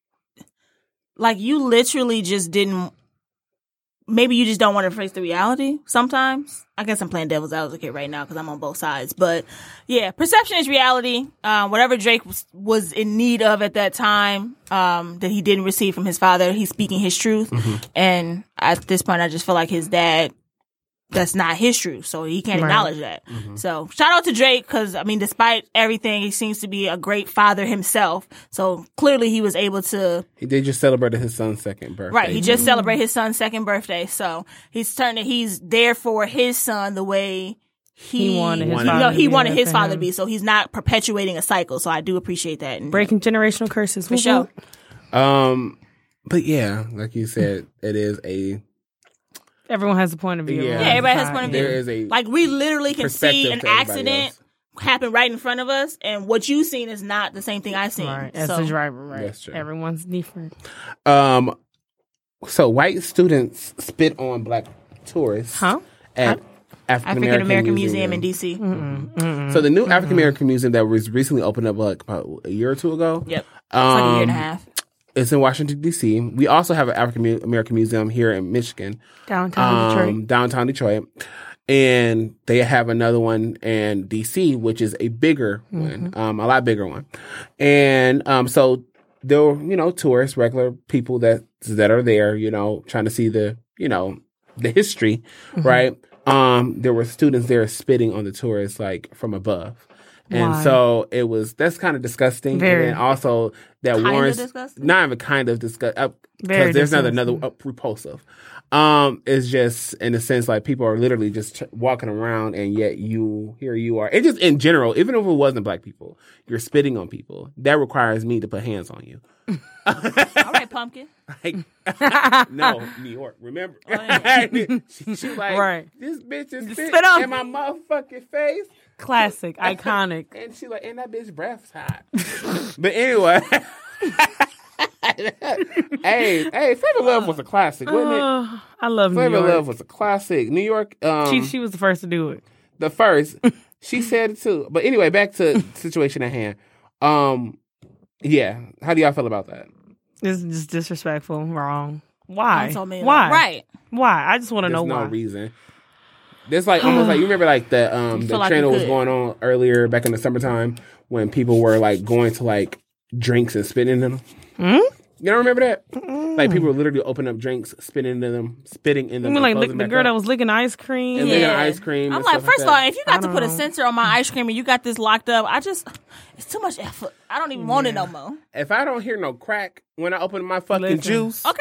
[SPEAKER 3] like you literally just didn't. Maybe you just don't want to face the reality. Sometimes I guess I'm playing devil's advocate right now because I'm on both sides. But yeah, perception is reality. Um, whatever Drake was, was in need of at that time um, that he didn't receive from his father, he's speaking his truth. And at this point, I just feel like his dad that's not his truth. So he can't
[SPEAKER 4] Right.
[SPEAKER 3] acknowledge that.
[SPEAKER 2] Mm-hmm.
[SPEAKER 3] So shout out to Drake because I mean, despite everything, he seems to be a great father himself. So clearly he was able to
[SPEAKER 2] he did just celebrate his son's second birthday.
[SPEAKER 3] Right. He just celebrated his son's second birthday. So he's turning he's there for his son the way he,
[SPEAKER 4] He wanted his
[SPEAKER 3] you
[SPEAKER 2] father
[SPEAKER 3] know,
[SPEAKER 2] to be
[SPEAKER 3] he wanted
[SPEAKER 4] there
[SPEAKER 3] his
[SPEAKER 4] for
[SPEAKER 3] father to
[SPEAKER 4] him.
[SPEAKER 3] be. So he's not perpetuating a cycle. So I do appreciate that. And
[SPEAKER 4] Breaking generational curses.
[SPEAKER 3] for sure.
[SPEAKER 2] Um, but yeah, like you said, it is a
[SPEAKER 4] Everyone has a point of view.
[SPEAKER 2] Yeah.
[SPEAKER 3] Yeah, everybody has a point of view.
[SPEAKER 2] there is a
[SPEAKER 3] Like we literally can see
[SPEAKER 2] perspective
[SPEAKER 3] an
[SPEAKER 2] to everybody
[SPEAKER 3] accident
[SPEAKER 2] else.
[SPEAKER 3] happen right in front of us and what you seen is not the same thing I seen.
[SPEAKER 4] Right. As
[SPEAKER 3] so
[SPEAKER 4] the driver, right?
[SPEAKER 2] That's true.
[SPEAKER 4] Everyone's different.
[SPEAKER 2] Um, so white students spit on black tourists.
[SPEAKER 4] Huh?
[SPEAKER 2] At African
[SPEAKER 3] African American Museum in Mm-hmm.
[SPEAKER 2] Museum.
[SPEAKER 3] DC.
[SPEAKER 4] Mm-hmm.
[SPEAKER 2] So the new African American Museum that was recently opened up like about a year or two ago.
[SPEAKER 3] Yep.
[SPEAKER 2] Um,
[SPEAKER 3] It's like a year and a half.
[SPEAKER 2] It's in Washington D.C. We also have an African Mu- American Museum here in Michigan,
[SPEAKER 4] Downtown Detroit.
[SPEAKER 2] um, downtown Detroit, and they have another one in D.C., which is a bigger
[SPEAKER 4] Mm-hmm.
[SPEAKER 2] one, um, a lot bigger one, and um, so there were you know tourists, regular people that that are there, you know, trying to see the you know the history,
[SPEAKER 4] Mm-hmm.
[SPEAKER 2] right? Um, there were students there spitting on the tourists like from above. And
[SPEAKER 4] Why?
[SPEAKER 2] so it was. That's kind of disgusting.
[SPEAKER 4] Very.
[SPEAKER 2] And then also that
[SPEAKER 3] Kinda
[SPEAKER 2] warrants
[SPEAKER 3] disgusting?
[SPEAKER 2] not even kind of disgust. Uh,
[SPEAKER 4] Very
[SPEAKER 2] because there's not
[SPEAKER 4] disgusting.
[SPEAKER 2] another uh, repulsive. Um, it's just in a sense like people are literally just ch- walking around, and yet you here you are. It just in general, even if it wasn't black people, you're spitting on people. That requires me to put hands on you.
[SPEAKER 3] All right, pumpkin.
[SPEAKER 2] Like, no, New York. Remember, she, she like
[SPEAKER 4] Right.
[SPEAKER 2] this bitch is spit,
[SPEAKER 4] spit on
[SPEAKER 2] in my motherfucking face,
[SPEAKER 4] Classic. Iconic.
[SPEAKER 2] and she like, and that bitch breath's hot. but anyway. hey, hey, Flavor Love was a classic, wasn't it?
[SPEAKER 4] Oh, I love New
[SPEAKER 2] Flavor
[SPEAKER 4] York.
[SPEAKER 2] Love was a classic. New York, um,
[SPEAKER 4] she, she was the first to do it.
[SPEAKER 2] the first. she said it too. But anyway, back to situation at hand. Um, yeah. How do y'all feel about that?
[SPEAKER 4] It's just disrespectful. Wrong. Why?
[SPEAKER 3] Don't tell me that.
[SPEAKER 4] Why?
[SPEAKER 3] Right.
[SPEAKER 4] Why? I just want to
[SPEAKER 2] There's
[SPEAKER 4] know
[SPEAKER 2] no
[SPEAKER 4] why.
[SPEAKER 2] reason. There's like almost like you remember like the um
[SPEAKER 3] You
[SPEAKER 2] the
[SPEAKER 3] feel like
[SPEAKER 2] trend
[SPEAKER 3] you
[SPEAKER 2] that was
[SPEAKER 3] could.
[SPEAKER 2] going on earlier back in the summertime when people were like going to like drinks and spitting in them.
[SPEAKER 4] Hmm?
[SPEAKER 2] You don't remember that? Like people were literally opening up drinks, spitting in them, spitting in
[SPEAKER 4] I
[SPEAKER 2] them.
[SPEAKER 4] mean,
[SPEAKER 2] and
[SPEAKER 4] like
[SPEAKER 2] closing
[SPEAKER 4] lick, the
[SPEAKER 2] back
[SPEAKER 4] girl
[SPEAKER 2] up.
[SPEAKER 4] that was licking ice cream.
[SPEAKER 2] And
[SPEAKER 4] Yeah.
[SPEAKER 2] licking ice cream
[SPEAKER 3] I'm
[SPEAKER 2] and
[SPEAKER 3] like,
[SPEAKER 2] stuff like
[SPEAKER 3] first of
[SPEAKER 2] that.
[SPEAKER 3] all, if you got to put a sensor on my ice cream and you got this locked up, I just it's too much effort. I don't even want it no more.
[SPEAKER 2] if I don't hear no crack when I open my fucking
[SPEAKER 4] Listen.
[SPEAKER 2] juice,
[SPEAKER 3] Okay.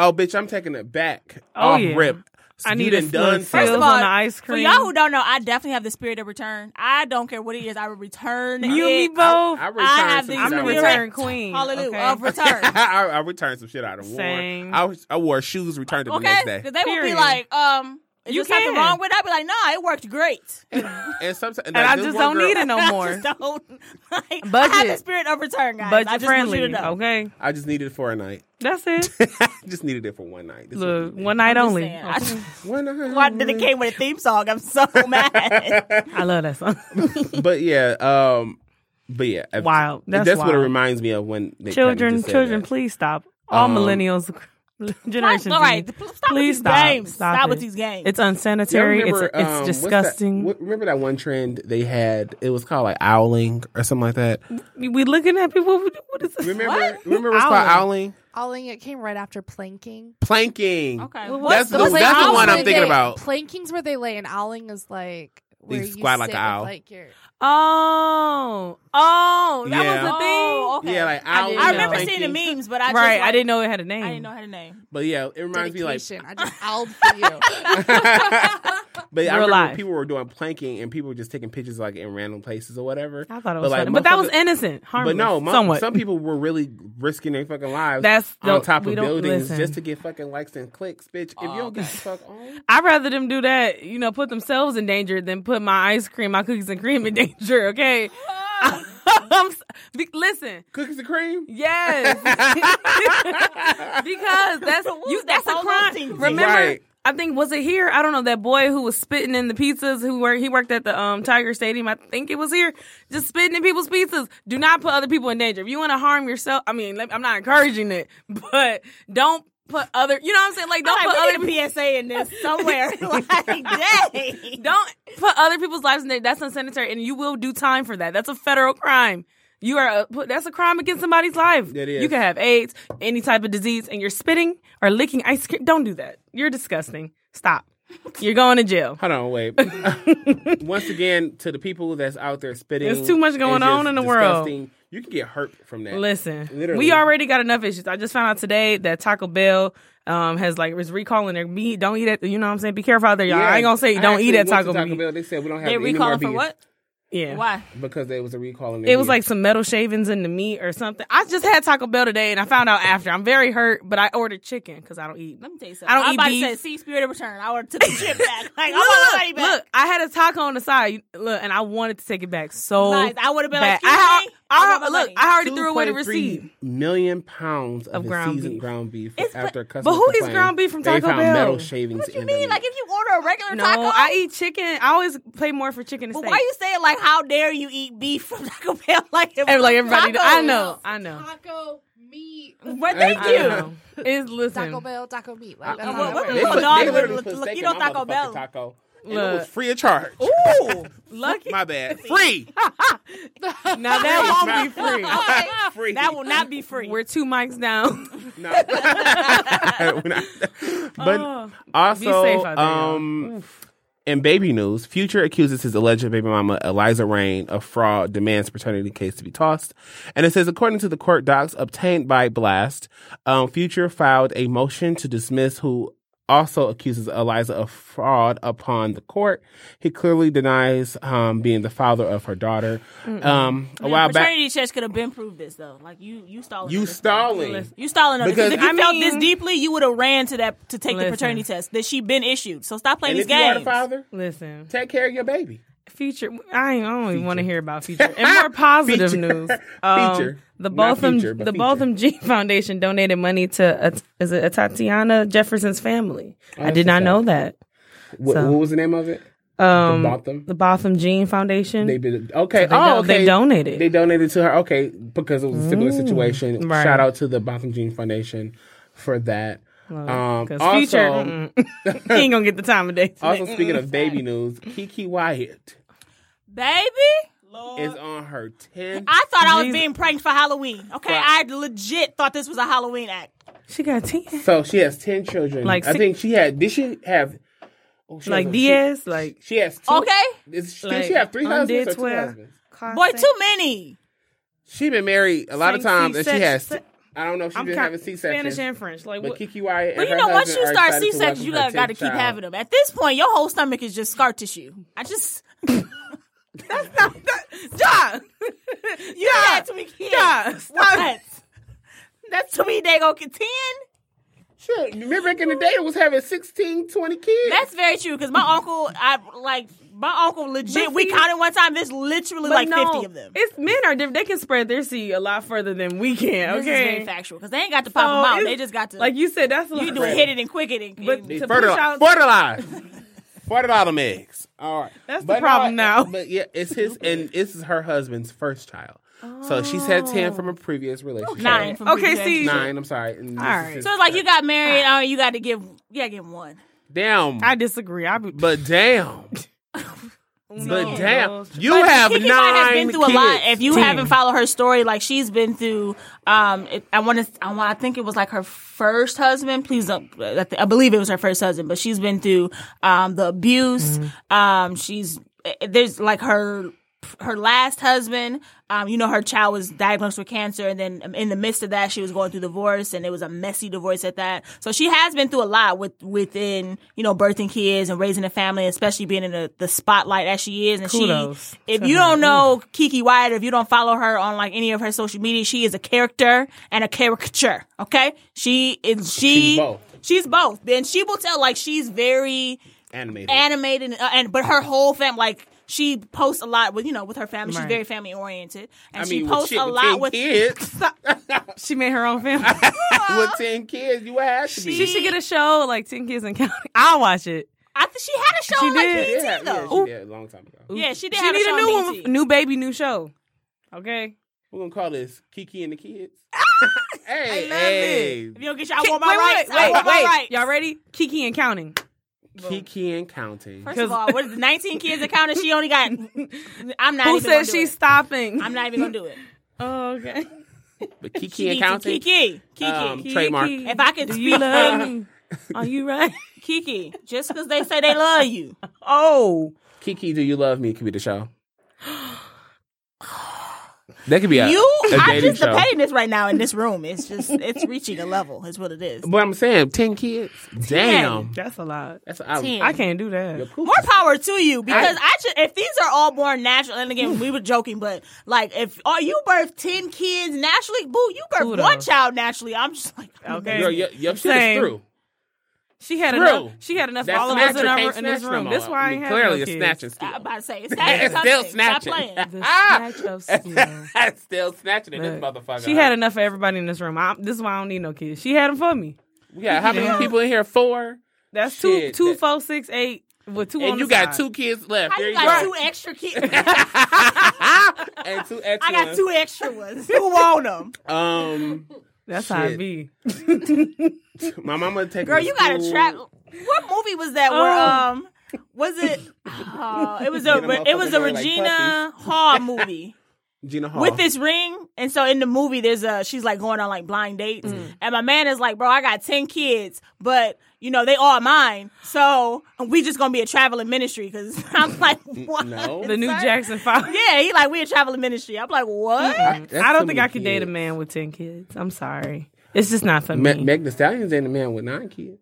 [SPEAKER 2] Oh, bitch, I'm taking it back.
[SPEAKER 4] Oh,
[SPEAKER 2] off
[SPEAKER 4] yeah.
[SPEAKER 2] rip.
[SPEAKER 4] I
[SPEAKER 2] You
[SPEAKER 4] need
[SPEAKER 2] done
[SPEAKER 4] a
[SPEAKER 2] done
[SPEAKER 4] done
[SPEAKER 3] First
[SPEAKER 2] something.
[SPEAKER 3] of
[SPEAKER 4] on
[SPEAKER 3] all,
[SPEAKER 4] the ice
[SPEAKER 3] For
[SPEAKER 4] cream.
[SPEAKER 3] y'all who don't know, I definitely have the spirit of return. I don't care what it is, I will return
[SPEAKER 4] You
[SPEAKER 3] it.
[SPEAKER 4] and me both.
[SPEAKER 2] I
[SPEAKER 4] I,
[SPEAKER 2] returned
[SPEAKER 3] I
[SPEAKER 2] some
[SPEAKER 3] have the
[SPEAKER 2] shit
[SPEAKER 4] am
[SPEAKER 2] out
[SPEAKER 4] a
[SPEAKER 2] of
[SPEAKER 3] You're
[SPEAKER 4] return
[SPEAKER 3] right.
[SPEAKER 4] queen.
[SPEAKER 3] Hallelujah
[SPEAKER 4] okay?
[SPEAKER 3] of return.
[SPEAKER 2] I, I, I returned some shit out of
[SPEAKER 4] Same.
[SPEAKER 2] worn. I, was- I wore shoes returned it the
[SPEAKER 3] Okay?
[SPEAKER 2] next
[SPEAKER 3] Because
[SPEAKER 2] day.
[SPEAKER 3] they would be
[SPEAKER 4] Period.
[SPEAKER 3] like, um, is
[SPEAKER 4] You
[SPEAKER 3] there something
[SPEAKER 4] can.
[SPEAKER 3] wrong with it? I'd be like, nah, it worked great.
[SPEAKER 2] And sometimes,
[SPEAKER 4] And I just don't need it no
[SPEAKER 3] I
[SPEAKER 4] more.
[SPEAKER 3] just don't. Like, I have
[SPEAKER 4] Budget.
[SPEAKER 3] the spirit of return, guys. I
[SPEAKER 4] Budget
[SPEAKER 3] just want you to
[SPEAKER 4] friendly.
[SPEAKER 3] know.
[SPEAKER 4] Okay.
[SPEAKER 2] I just needed it for a night.
[SPEAKER 4] That's it.
[SPEAKER 2] just needed it for one night. This
[SPEAKER 4] Look,
[SPEAKER 2] was-
[SPEAKER 4] one night
[SPEAKER 3] I'm just
[SPEAKER 4] only.
[SPEAKER 3] saying. I
[SPEAKER 4] Okay.
[SPEAKER 3] just-
[SPEAKER 2] one night.
[SPEAKER 3] Why did it came with a theme song? I'm so mad.
[SPEAKER 4] I love that song.
[SPEAKER 2] But yeah, um, but yeah, I-
[SPEAKER 4] Wild. That's
[SPEAKER 2] that's what it
[SPEAKER 4] wild.
[SPEAKER 2] reminds me of when they kinda
[SPEAKER 4] children,
[SPEAKER 2] just said
[SPEAKER 4] children,
[SPEAKER 2] that.
[SPEAKER 4] please stop. All
[SPEAKER 2] Um,
[SPEAKER 4] millennials Generation
[SPEAKER 3] all right,
[SPEAKER 4] Z.
[SPEAKER 3] pl- stop
[SPEAKER 4] Please
[SPEAKER 3] with these
[SPEAKER 4] stop.
[SPEAKER 3] games.
[SPEAKER 4] Stop
[SPEAKER 3] Stop, with
[SPEAKER 4] it.
[SPEAKER 3] these games.
[SPEAKER 4] It's unsanitary.
[SPEAKER 2] Y'all
[SPEAKER 4] it's it's
[SPEAKER 2] um, what's that-
[SPEAKER 4] disgusting.
[SPEAKER 2] what- remember that one trend they had? It was called like owling or something like that.
[SPEAKER 4] we looking at people. What what is this?
[SPEAKER 2] Remember?
[SPEAKER 3] What?
[SPEAKER 2] Remember it was called owling?
[SPEAKER 5] Olling, it came right after planking.
[SPEAKER 2] Planking.
[SPEAKER 3] okay.
[SPEAKER 4] Well,
[SPEAKER 2] That's
[SPEAKER 4] What's
[SPEAKER 2] the,
[SPEAKER 4] the-
[SPEAKER 2] that's the
[SPEAKER 4] owl's
[SPEAKER 2] one I'm
[SPEAKER 4] where
[SPEAKER 2] thinking
[SPEAKER 5] they,
[SPEAKER 2] about.
[SPEAKER 5] Planking's where they lay, and owling is like where you
[SPEAKER 2] squat like
[SPEAKER 5] sit
[SPEAKER 2] an
[SPEAKER 5] with,
[SPEAKER 2] owl.
[SPEAKER 5] Like your,
[SPEAKER 4] Oh, oh, that was
[SPEAKER 2] Yeah.
[SPEAKER 4] the thing.
[SPEAKER 3] Oh, okay.
[SPEAKER 2] Yeah, like
[SPEAKER 4] I
[SPEAKER 2] owling.
[SPEAKER 4] didn't
[SPEAKER 3] I remember
[SPEAKER 4] know.
[SPEAKER 3] seeing the
[SPEAKER 2] planking.
[SPEAKER 3] memes, but I just,
[SPEAKER 4] right,
[SPEAKER 3] like,
[SPEAKER 4] I didn't know it had a name.
[SPEAKER 3] I didn't know how to name.
[SPEAKER 2] But yeah, it reminds
[SPEAKER 5] dedication. I just owled for
[SPEAKER 2] me
[SPEAKER 5] you.
[SPEAKER 2] like. but yeah, I remember
[SPEAKER 4] Real life.
[SPEAKER 2] people were doing planking and people were just taking pictures like in random places or whatever.
[SPEAKER 4] I thought it
[SPEAKER 2] But,
[SPEAKER 4] was
[SPEAKER 2] like,
[SPEAKER 4] funny, but that was
[SPEAKER 2] motherfucker-
[SPEAKER 4] innocent, harmless,
[SPEAKER 2] But no, mo-
[SPEAKER 4] somewhat.
[SPEAKER 2] some people were really risking their fucking lives
[SPEAKER 4] That's
[SPEAKER 2] on
[SPEAKER 4] the-
[SPEAKER 2] top
[SPEAKER 4] we
[SPEAKER 2] of
[SPEAKER 4] don't-
[SPEAKER 2] buildings
[SPEAKER 4] listen. Oh,
[SPEAKER 2] just to get fucking likes and clicks, bitch. If you don't get the fuck oh, on,
[SPEAKER 4] I'd rather them do that, you know, put themselves in danger than put my ice cream, my cookies and cream in danger. Okay, I'm s- be- listen,
[SPEAKER 2] cookies and cream.
[SPEAKER 4] yes, because that's you. That's a
[SPEAKER 3] Polo
[SPEAKER 4] crime.
[SPEAKER 3] team.
[SPEAKER 4] Remember,
[SPEAKER 2] Right.
[SPEAKER 4] I think was it here? I don't know that boy who was spitting in the pizzas. Who worked? He worked at the um, Tiger Stadium. I think it was here, just spitting in people's pizzas. Do not put other people in danger. If you want to harm yourself, I mean, let- I'm not encouraging it, but don't put other. You know what I'm saying? Like, don't
[SPEAKER 3] Like,
[SPEAKER 4] put
[SPEAKER 3] we
[SPEAKER 4] other
[SPEAKER 3] need a PSA in this somewhere. like, dang.
[SPEAKER 4] don't put other people's lives in there. That's unsanitary, and you will do time for that. That's a federal crime. You are a, that's a crime against somebody's life.
[SPEAKER 2] It is.
[SPEAKER 4] You can have AIDS, any type of disease, and you're spitting or licking ice cream. Don't do that. You're disgusting. Stop. You're going to jail.
[SPEAKER 2] Hold on, wait. Once again, to the people that's out there spitting,
[SPEAKER 4] There's too much going
[SPEAKER 2] and just
[SPEAKER 4] on in the world.
[SPEAKER 2] disgusting, You can get hurt from that.
[SPEAKER 4] Listen,
[SPEAKER 2] Literally.
[SPEAKER 4] we already got enough issues. I just found out today that Taco Bell um, has like is recalling their meat. Don't eat at you know what I'm saying. Be careful out there, y'all. I ain't gonna say don't
[SPEAKER 2] actually
[SPEAKER 4] eat at
[SPEAKER 2] went to
[SPEAKER 4] Taco, Bell.
[SPEAKER 2] Bell. They said we don't have
[SPEAKER 3] They
[SPEAKER 2] to eat no more
[SPEAKER 3] recalling for
[SPEAKER 2] beef
[SPEAKER 3] what?
[SPEAKER 4] Yeah,
[SPEAKER 3] Why?
[SPEAKER 2] because they was a recall. on their
[SPEAKER 4] It was
[SPEAKER 2] beef.
[SPEAKER 4] like some metal shavings in the meat or something. I just had Taco Bell today and I found out after. I'm very hurt, but I ordered chicken because I don't eat.
[SPEAKER 3] Let me tell you
[SPEAKER 4] I
[SPEAKER 3] something.
[SPEAKER 4] don't
[SPEAKER 3] I'm
[SPEAKER 4] eat
[SPEAKER 3] about
[SPEAKER 4] beef.
[SPEAKER 3] to say, see, Spirit of Return. I would have took the chip back. Like,
[SPEAKER 4] look,
[SPEAKER 3] I want to back.
[SPEAKER 4] look, I had a taco on the side, look, and I wanted to take it back so
[SPEAKER 3] Nice. I would've been
[SPEAKER 4] bad.
[SPEAKER 3] like,
[SPEAKER 4] I,
[SPEAKER 3] "Excuse me,
[SPEAKER 4] I,
[SPEAKER 3] I want my
[SPEAKER 4] I- look,
[SPEAKER 3] money."
[SPEAKER 4] I already threw away the
[SPEAKER 2] 2.3
[SPEAKER 4] receipt.
[SPEAKER 2] Million pounds of,
[SPEAKER 4] Of
[SPEAKER 2] the
[SPEAKER 4] ground
[SPEAKER 2] seasoned
[SPEAKER 4] beef.
[SPEAKER 2] ground beef
[SPEAKER 3] It's fr-
[SPEAKER 2] after
[SPEAKER 4] But
[SPEAKER 2] customers
[SPEAKER 4] who eats
[SPEAKER 2] complained
[SPEAKER 4] ground beef from
[SPEAKER 2] They
[SPEAKER 4] Taco
[SPEAKER 2] found
[SPEAKER 4] Bell?
[SPEAKER 2] metal shavings
[SPEAKER 3] What you
[SPEAKER 2] in
[SPEAKER 3] mean?
[SPEAKER 2] the
[SPEAKER 3] Like, if you order a regular
[SPEAKER 4] No,
[SPEAKER 3] taco,
[SPEAKER 4] I eat chicken. I always pay more for chicken and
[SPEAKER 3] But
[SPEAKER 4] steak.
[SPEAKER 3] why you saying like, how dare you eat beef from Taco Bell? Like, it
[SPEAKER 4] And,
[SPEAKER 3] was
[SPEAKER 4] like everybody,
[SPEAKER 3] tacos.
[SPEAKER 4] I know, I know,
[SPEAKER 5] Taco meat.
[SPEAKER 3] But thank
[SPEAKER 4] I
[SPEAKER 2] I
[SPEAKER 3] you.
[SPEAKER 4] know. It's listen.
[SPEAKER 5] Taco Bell, taco meat. Like, that's
[SPEAKER 3] Uh,
[SPEAKER 5] how
[SPEAKER 3] what-
[SPEAKER 5] that
[SPEAKER 3] what
[SPEAKER 5] works.
[SPEAKER 3] the-
[SPEAKER 2] put-
[SPEAKER 3] dog
[SPEAKER 2] literally
[SPEAKER 3] would
[SPEAKER 2] put
[SPEAKER 3] look-
[SPEAKER 2] steak
[SPEAKER 3] you
[SPEAKER 2] in
[SPEAKER 3] know
[SPEAKER 2] my
[SPEAKER 3] Taco
[SPEAKER 2] motherfucking
[SPEAKER 3] Bell.
[SPEAKER 2] Taco. And it
[SPEAKER 4] Look.
[SPEAKER 2] was free of charge.
[SPEAKER 3] Ooh, lucky.
[SPEAKER 2] My bad. Free.
[SPEAKER 4] Now that won't be free.
[SPEAKER 2] free.
[SPEAKER 3] That will not be free.
[SPEAKER 4] We're two mics down.
[SPEAKER 2] No. We're not. But
[SPEAKER 4] Oh. Be
[SPEAKER 2] also,
[SPEAKER 4] safe out there, y'all.
[SPEAKER 2] um, in baby news, Future accuses his alleged baby mama, Eliza Rain, of fraud, demands paternity case to be tossed. And it says, according to the court docs obtained by Blast, um, Future filed a motion to dismiss who also accuses Eliza of fraud upon the court. He clearly denies um, being the father of her daughter. Um, a
[SPEAKER 3] Man,
[SPEAKER 2] while back,
[SPEAKER 3] paternity checks could have been proved this though. Like you, you stalling.
[SPEAKER 2] you
[SPEAKER 3] on this.
[SPEAKER 2] stalling.
[SPEAKER 3] You stalling on because
[SPEAKER 2] Because,
[SPEAKER 3] if you
[SPEAKER 4] I
[SPEAKER 3] felt
[SPEAKER 4] mean-
[SPEAKER 3] this deeply, you would have ran to that to take
[SPEAKER 4] Listen.
[SPEAKER 3] the paternity test that she been issued. So stop playing
[SPEAKER 2] And
[SPEAKER 3] these
[SPEAKER 2] if you are the
[SPEAKER 3] games.
[SPEAKER 2] father,
[SPEAKER 4] Listen.
[SPEAKER 2] take care of your baby.
[SPEAKER 4] Future, I, ain't- I don't even want to hear about future. And more positive
[SPEAKER 2] Feature.
[SPEAKER 4] news. Um,
[SPEAKER 2] Feature.
[SPEAKER 4] The
[SPEAKER 2] Not
[SPEAKER 4] Botham,
[SPEAKER 2] future, but
[SPEAKER 4] the
[SPEAKER 2] feature.
[SPEAKER 4] Botham G Foundation donated money to a, is it a Tatiana Jefferson's family.
[SPEAKER 2] Oh,
[SPEAKER 4] I did not know that.
[SPEAKER 2] What,
[SPEAKER 4] So-
[SPEAKER 2] what was the name of it?
[SPEAKER 4] Um,
[SPEAKER 2] the Botham.
[SPEAKER 4] The Botham Jean Foundation.
[SPEAKER 2] They did. Okay.
[SPEAKER 4] they
[SPEAKER 2] oh,
[SPEAKER 4] don- they
[SPEAKER 2] okay.
[SPEAKER 4] donated. Mm,
[SPEAKER 2] They donated to her. Okay, because it was a similar situation.
[SPEAKER 4] right.
[SPEAKER 2] Shout out to the Botham Jean Foundation for that. Um,
[SPEAKER 4] 'Cause
[SPEAKER 2] also,
[SPEAKER 4] future, mm-mm. mm, he ain't gonna get the time of day.
[SPEAKER 2] also speaking of baby news, Kiki Wyatt
[SPEAKER 3] baby.
[SPEAKER 2] is
[SPEAKER 4] Uh,
[SPEAKER 2] on her 10th.
[SPEAKER 3] I thought I was
[SPEAKER 4] Jesus.
[SPEAKER 3] being pranked for Halloween. Okay, I legit thought this was a Halloween act.
[SPEAKER 4] she got ten,
[SPEAKER 2] so she has 10 children.
[SPEAKER 4] Like
[SPEAKER 2] Like I
[SPEAKER 4] six-
[SPEAKER 2] think she had, did she have, oh, she
[SPEAKER 4] like
[SPEAKER 2] has a-
[SPEAKER 4] Diaz, like
[SPEAKER 2] She, she has two.
[SPEAKER 3] Okay,
[SPEAKER 2] Is, she-
[SPEAKER 4] Like,
[SPEAKER 2] did she have three
[SPEAKER 4] undid
[SPEAKER 2] husbands or two
[SPEAKER 4] twelve.
[SPEAKER 2] husbands?
[SPEAKER 3] boy, too many.
[SPEAKER 2] She's been married a lot of
[SPEAKER 4] Same
[SPEAKER 2] times and she
[SPEAKER 4] C-section.
[SPEAKER 2] has, I don't know if she's
[SPEAKER 4] I'm
[SPEAKER 2] been
[SPEAKER 4] count-
[SPEAKER 2] having C-sections.
[SPEAKER 4] Spanish and French. Like
[SPEAKER 2] But
[SPEAKER 4] what?
[SPEAKER 2] Kiki Wyatt.
[SPEAKER 3] But
[SPEAKER 2] and
[SPEAKER 3] you
[SPEAKER 2] her
[SPEAKER 3] know, once
[SPEAKER 2] husband
[SPEAKER 3] you
[SPEAKER 2] are
[SPEAKER 3] start
[SPEAKER 2] excited to
[SPEAKER 3] C sections,
[SPEAKER 2] welcome
[SPEAKER 3] you
[SPEAKER 2] her
[SPEAKER 3] gotta, gotta
[SPEAKER 2] 10th
[SPEAKER 3] keep
[SPEAKER 2] child.
[SPEAKER 3] having them. At this point, your whole stomach is just scar tissue. I just
[SPEAKER 4] that's not that. John.
[SPEAKER 3] you had to be kidding.
[SPEAKER 4] Yeah, stop
[SPEAKER 3] What? That's to me they gonna get ten.
[SPEAKER 2] Shit, remember back in the day, it was having 16, 20 kids.
[SPEAKER 3] That's very true because my uncle, I like my uncle legit.
[SPEAKER 4] But
[SPEAKER 3] we
[SPEAKER 4] see-
[SPEAKER 3] counted one time. There's literally
[SPEAKER 4] But
[SPEAKER 3] like
[SPEAKER 4] no,
[SPEAKER 3] fifty of them.
[SPEAKER 4] It's men are different. They can spread their seed a lot further than we can.
[SPEAKER 3] This is
[SPEAKER 4] Okay,
[SPEAKER 3] very factual because they ain't got to pop them out.
[SPEAKER 4] it's-
[SPEAKER 3] They just got to
[SPEAKER 4] like you said, that's a
[SPEAKER 3] you
[SPEAKER 4] lot.
[SPEAKER 3] do hit it and quick it and.
[SPEAKER 4] But
[SPEAKER 3] and-
[SPEAKER 4] to push
[SPEAKER 2] fertilize.
[SPEAKER 4] out
[SPEAKER 2] fertilize. Forty dollar eggs. All right. uh,
[SPEAKER 4] That's the problem now.
[SPEAKER 2] But yeah, it's his and this is her husband's first child. So she's had ten from a previous relationship.
[SPEAKER 3] Oh. Nine from
[SPEAKER 4] Okay,
[SPEAKER 3] BJ.
[SPEAKER 4] see-
[SPEAKER 2] Nine, I'm sorry. And this
[SPEAKER 4] All
[SPEAKER 2] is
[SPEAKER 4] right.
[SPEAKER 2] his
[SPEAKER 3] So it's like you
[SPEAKER 2] first.
[SPEAKER 3] got married, oh, you got to give, you got to give one.
[SPEAKER 2] damn.
[SPEAKER 4] I disagree. I be,
[SPEAKER 2] but damn. But damn. You have
[SPEAKER 3] Kiki
[SPEAKER 2] nine
[SPEAKER 3] Vine has been through
[SPEAKER 2] kids.
[SPEAKER 3] a lot. If you
[SPEAKER 4] Damn.
[SPEAKER 3] haven't followed her story, like she's been through, um, it, I want to, I want, I think it was like her first husband. Please don't, I, th- I believe it was her first husband, but she's been through, um, the abuse.
[SPEAKER 4] Mm-hmm.
[SPEAKER 3] Um, she's eh, there's like her. Her last husband, um, you know, her child was diagnosed with cancer, and then um, in the midst of that, she was going through divorce, and it was a messy divorce at that. So she has been through a lot with within, you know, birthing kids and raising a family, especially being in the, the spotlight as she is. And
[SPEAKER 4] Kudos
[SPEAKER 3] she, if
[SPEAKER 4] to
[SPEAKER 3] you
[SPEAKER 4] her.
[SPEAKER 2] Mm-hmm.
[SPEAKER 3] don't know Kiki Wyatt, if you don't follow her on like any of her social media, she is a character and a caricature. Okay, she is she.
[SPEAKER 2] She's both.
[SPEAKER 3] She's both. Then she will tell like she's very
[SPEAKER 2] Animated.
[SPEAKER 3] animated and, uh, and but her whole fam like she posts a lot with you know with her family. She's
[SPEAKER 4] Right.
[SPEAKER 3] very family oriented, and
[SPEAKER 2] I
[SPEAKER 3] she
[SPEAKER 2] mean, with
[SPEAKER 3] posts
[SPEAKER 2] shit
[SPEAKER 3] a
[SPEAKER 2] with
[SPEAKER 3] lot
[SPEAKER 2] 10
[SPEAKER 3] with.
[SPEAKER 2] kids.
[SPEAKER 4] she made her own family.
[SPEAKER 2] with ten kids, you would have to be.
[SPEAKER 4] she should get a show like Ten Kids and Counting. I'll watch it.
[SPEAKER 3] I think she had a show
[SPEAKER 4] She
[SPEAKER 3] on like
[SPEAKER 4] did.
[SPEAKER 3] BET
[SPEAKER 2] yeah, yeah,
[SPEAKER 3] though.
[SPEAKER 2] she did a long time ago.
[SPEAKER 3] Yeah, she did
[SPEAKER 4] She
[SPEAKER 3] have
[SPEAKER 4] need
[SPEAKER 3] a
[SPEAKER 4] a
[SPEAKER 3] show
[SPEAKER 4] new
[SPEAKER 3] on
[SPEAKER 4] one,
[SPEAKER 3] BET.
[SPEAKER 4] new baby, new show. Okay,
[SPEAKER 2] We're gonna call this Kiki and the Kids.
[SPEAKER 4] I
[SPEAKER 2] hey,
[SPEAKER 4] love
[SPEAKER 2] hey,
[SPEAKER 3] If you don't get your I
[SPEAKER 4] Ki-
[SPEAKER 3] want my rights. I want my rights.
[SPEAKER 4] Y'all ready? Kiki and Counting.
[SPEAKER 2] Kiki and Counting.
[SPEAKER 3] First of
[SPEAKER 4] 'Cause-
[SPEAKER 3] all, what is the 19 kids that counted? She only got. I'm not.
[SPEAKER 4] Who
[SPEAKER 3] even gonna
[SPEAKER 4] says
[SPEAKER 3] do
[SPEAKER 4] she's
[SPEAKER 3] it.
[SPEAKER 4] stopping?
[SPEAKER 3] I'm not even gonna do it.
[SPEAKER 4] Oh, okay.
[SPEAKER 2] But
[SPEAKER 3] She
[SPEAKER 2] Kiki and
[SPEAKER 3] needs a
[SPEAKER 2] Counting.
[SPEAKER 3] Kiki, Kiki,
[SPEAKER 2] Um,
[SPEAKER 3] Kiki.
[SPEAKER 2] Trademark.
[SPEAKER 3] If I could
[SPEAKER 4] do
[SPEAKER 3] speak-
[SPEAKER 4] you love me? Are you right?
[SPEAKER 3] Kiki, just because they say they love you,
[SPEAKER 4] Oh,
[SPEAKER 2] Kiki, do you love me? Could be the show. That could be a,
[SPEAKER 3] you,
[SPEAKER 2] a
[SPEAKER 3] I
[SPEAKER 2] dating
[SPEAKER 3] just the
[SPEAKER 2] show.
[SPEAKER 3] pettiness right now in this room. It's just, it's reaching a level. Is what it is.
[SPEAKER 2] But I'm saying ten kids. Damn,
[SPEAKER 4] that's a lot.
[SPEAKER 2] that's I,
[SPEAKER 3] Ten.
[SPEAKER 4] I can't do that.
[SPEAKER 2] Poop.
[SPEAKER 3] More power to you because I, should. If these are all born natural, and again, we were joking, but like, if oh, you birth ten kids naturally, boo, you birth
[SPEAKER 4] Kudos.
[SPEAKER 3] one child naturally. I'm just like,
[SPEAKER 4] Okay.
[SPEAKER 2] Girl, your, your shit is
[SPEAKER 4] Same.
[SPEAKER 2] through.
[SPEAKER 4] She had
[SPEAKER 2] True.
[SPEAKER 4] enough. She had enough for
[SPEAKER 2] That
[SPEAKER 4] all of us in,
[SPEAKER 2] snatcher
[SPEAKER 4] our,
[SPEAKER 2] can't
[SPEAKER 4] in this
[SPEAKER 2] snatch
[SPEAKER 4] room.
[SPEAKER 2] no
[SPEAKER 4] That's
[SPEAKER 2] more.
[SPEAKER 4] why I,
[SPEAKER 2] I mean,
[SPEAKER 4] ain't
[SPEAKER 2] clearly
[SPEAKER 4] have no
[SPEAKER 2] a
[SPEAKER 4] kids.
[SPEAKER 2] snatch and
[SPEAKER 3] I'm
[SPEAKER 2] steal.
[SPEAKER 3] about to say, it's not
[SPEAKER 2] It's
[SPEAKER 3] something.
[SPEAKER 2] still
[SPEAKER 3] Stop
[SPEAKER 2] snatching.
[SPEAKER 3] playing.
[SPEAKER 4] The
[SPEAKER 2] Ah!
[SPEAKER 4] snatch of skill.
[SPEAKER 2] still snatching in this
[SPEAKER 4] Look,
[SPEAKER 2] motherfucker.
[SPEAKER 4] Uh, She had enough for everybody in this room. I, this is why I don't need no kids. She had them for me.
[SPEAKER 2] Yeah, how many people in here? Four.
[SPEAKER 4] That's
[SPEAKER 2] Shit,
[SPEAKER 4] two, two,
[SPEAKER 2] that-
[SPEAKER 4] four, six, eight. With two, on
[SPEAKER 2] and you
[SPEAKER 4] the
[SPEAKER 2] got
[SPEAKER 4] side.
[SPEAKER 2] two kids left.
[SPEAKER 3] How
[SPEAKER 2] there
[SPEAKER 3] you
[SPEAKER 2] you
[SPEAKER 3] got
[SPEAKER 2] go.
[SPEAKER 3] two extra kids?
[SPEAKER 2] and two extra.
[SPEAKER 3] I got two extra ones. Who want them?
[SPEAKER 2] Um,
[SPEAKER 4] That's how
[SPEAKER 2] Shit.
[SPEAKER 4] it be.
[SPEAKER 2] my mama take.
[SPEAKER 3] Girl,
[SPEAKER 2] me
[SPEAKER 3] you
[SPEAKER 2] to
[SPEAKER 3] got to
[SPEAKER 2] school.
[SPEAKER 3] trap. What movie was that? Where um, was it? Oh, it was a
[SPEAKER 2] Oh. Get 'em
[SPEAKER 3] it was
[SPEAKER 2] motherfucking
[SPEAKER 3] a
[SPEAKER 2] going like
[SPEAKER 3] Regina Hall movie
[SPEAKER 2] Gina Hall
[SPEAKER 3] with this ring, and so in the movie, there's a she's like going on like blind dates,
[SPEAKER 2] Mm.
[SPEAKER 3] and my man is like, bro, I got ten kids, but you know they all mine, so we just gonna be a traveling ministry because I'm like, what?
[SPEAKER 2] no.
[SPEAKER 4] The new
[SPEAKER 3] Sorry.
[SPEAKER 4] Jackson Five.
[SPEAKER 3] Yeah, he like we a traveling ministry. I'm like, what?
[SPEAKER 2] That's too
[SPEAKER 4] I don't think
[SPEAKER 2] many
[SPEAKER 4] I could date a
[SPEAKER 2] kids.
[SPEAKER 4] man with ten kids. I'm sorry. It's just not for
[SPEAKER 2] Me-
[SPEAKER 4] me.
[SPEAKER 2] Meg The Stallion's ain't a man with nine kids.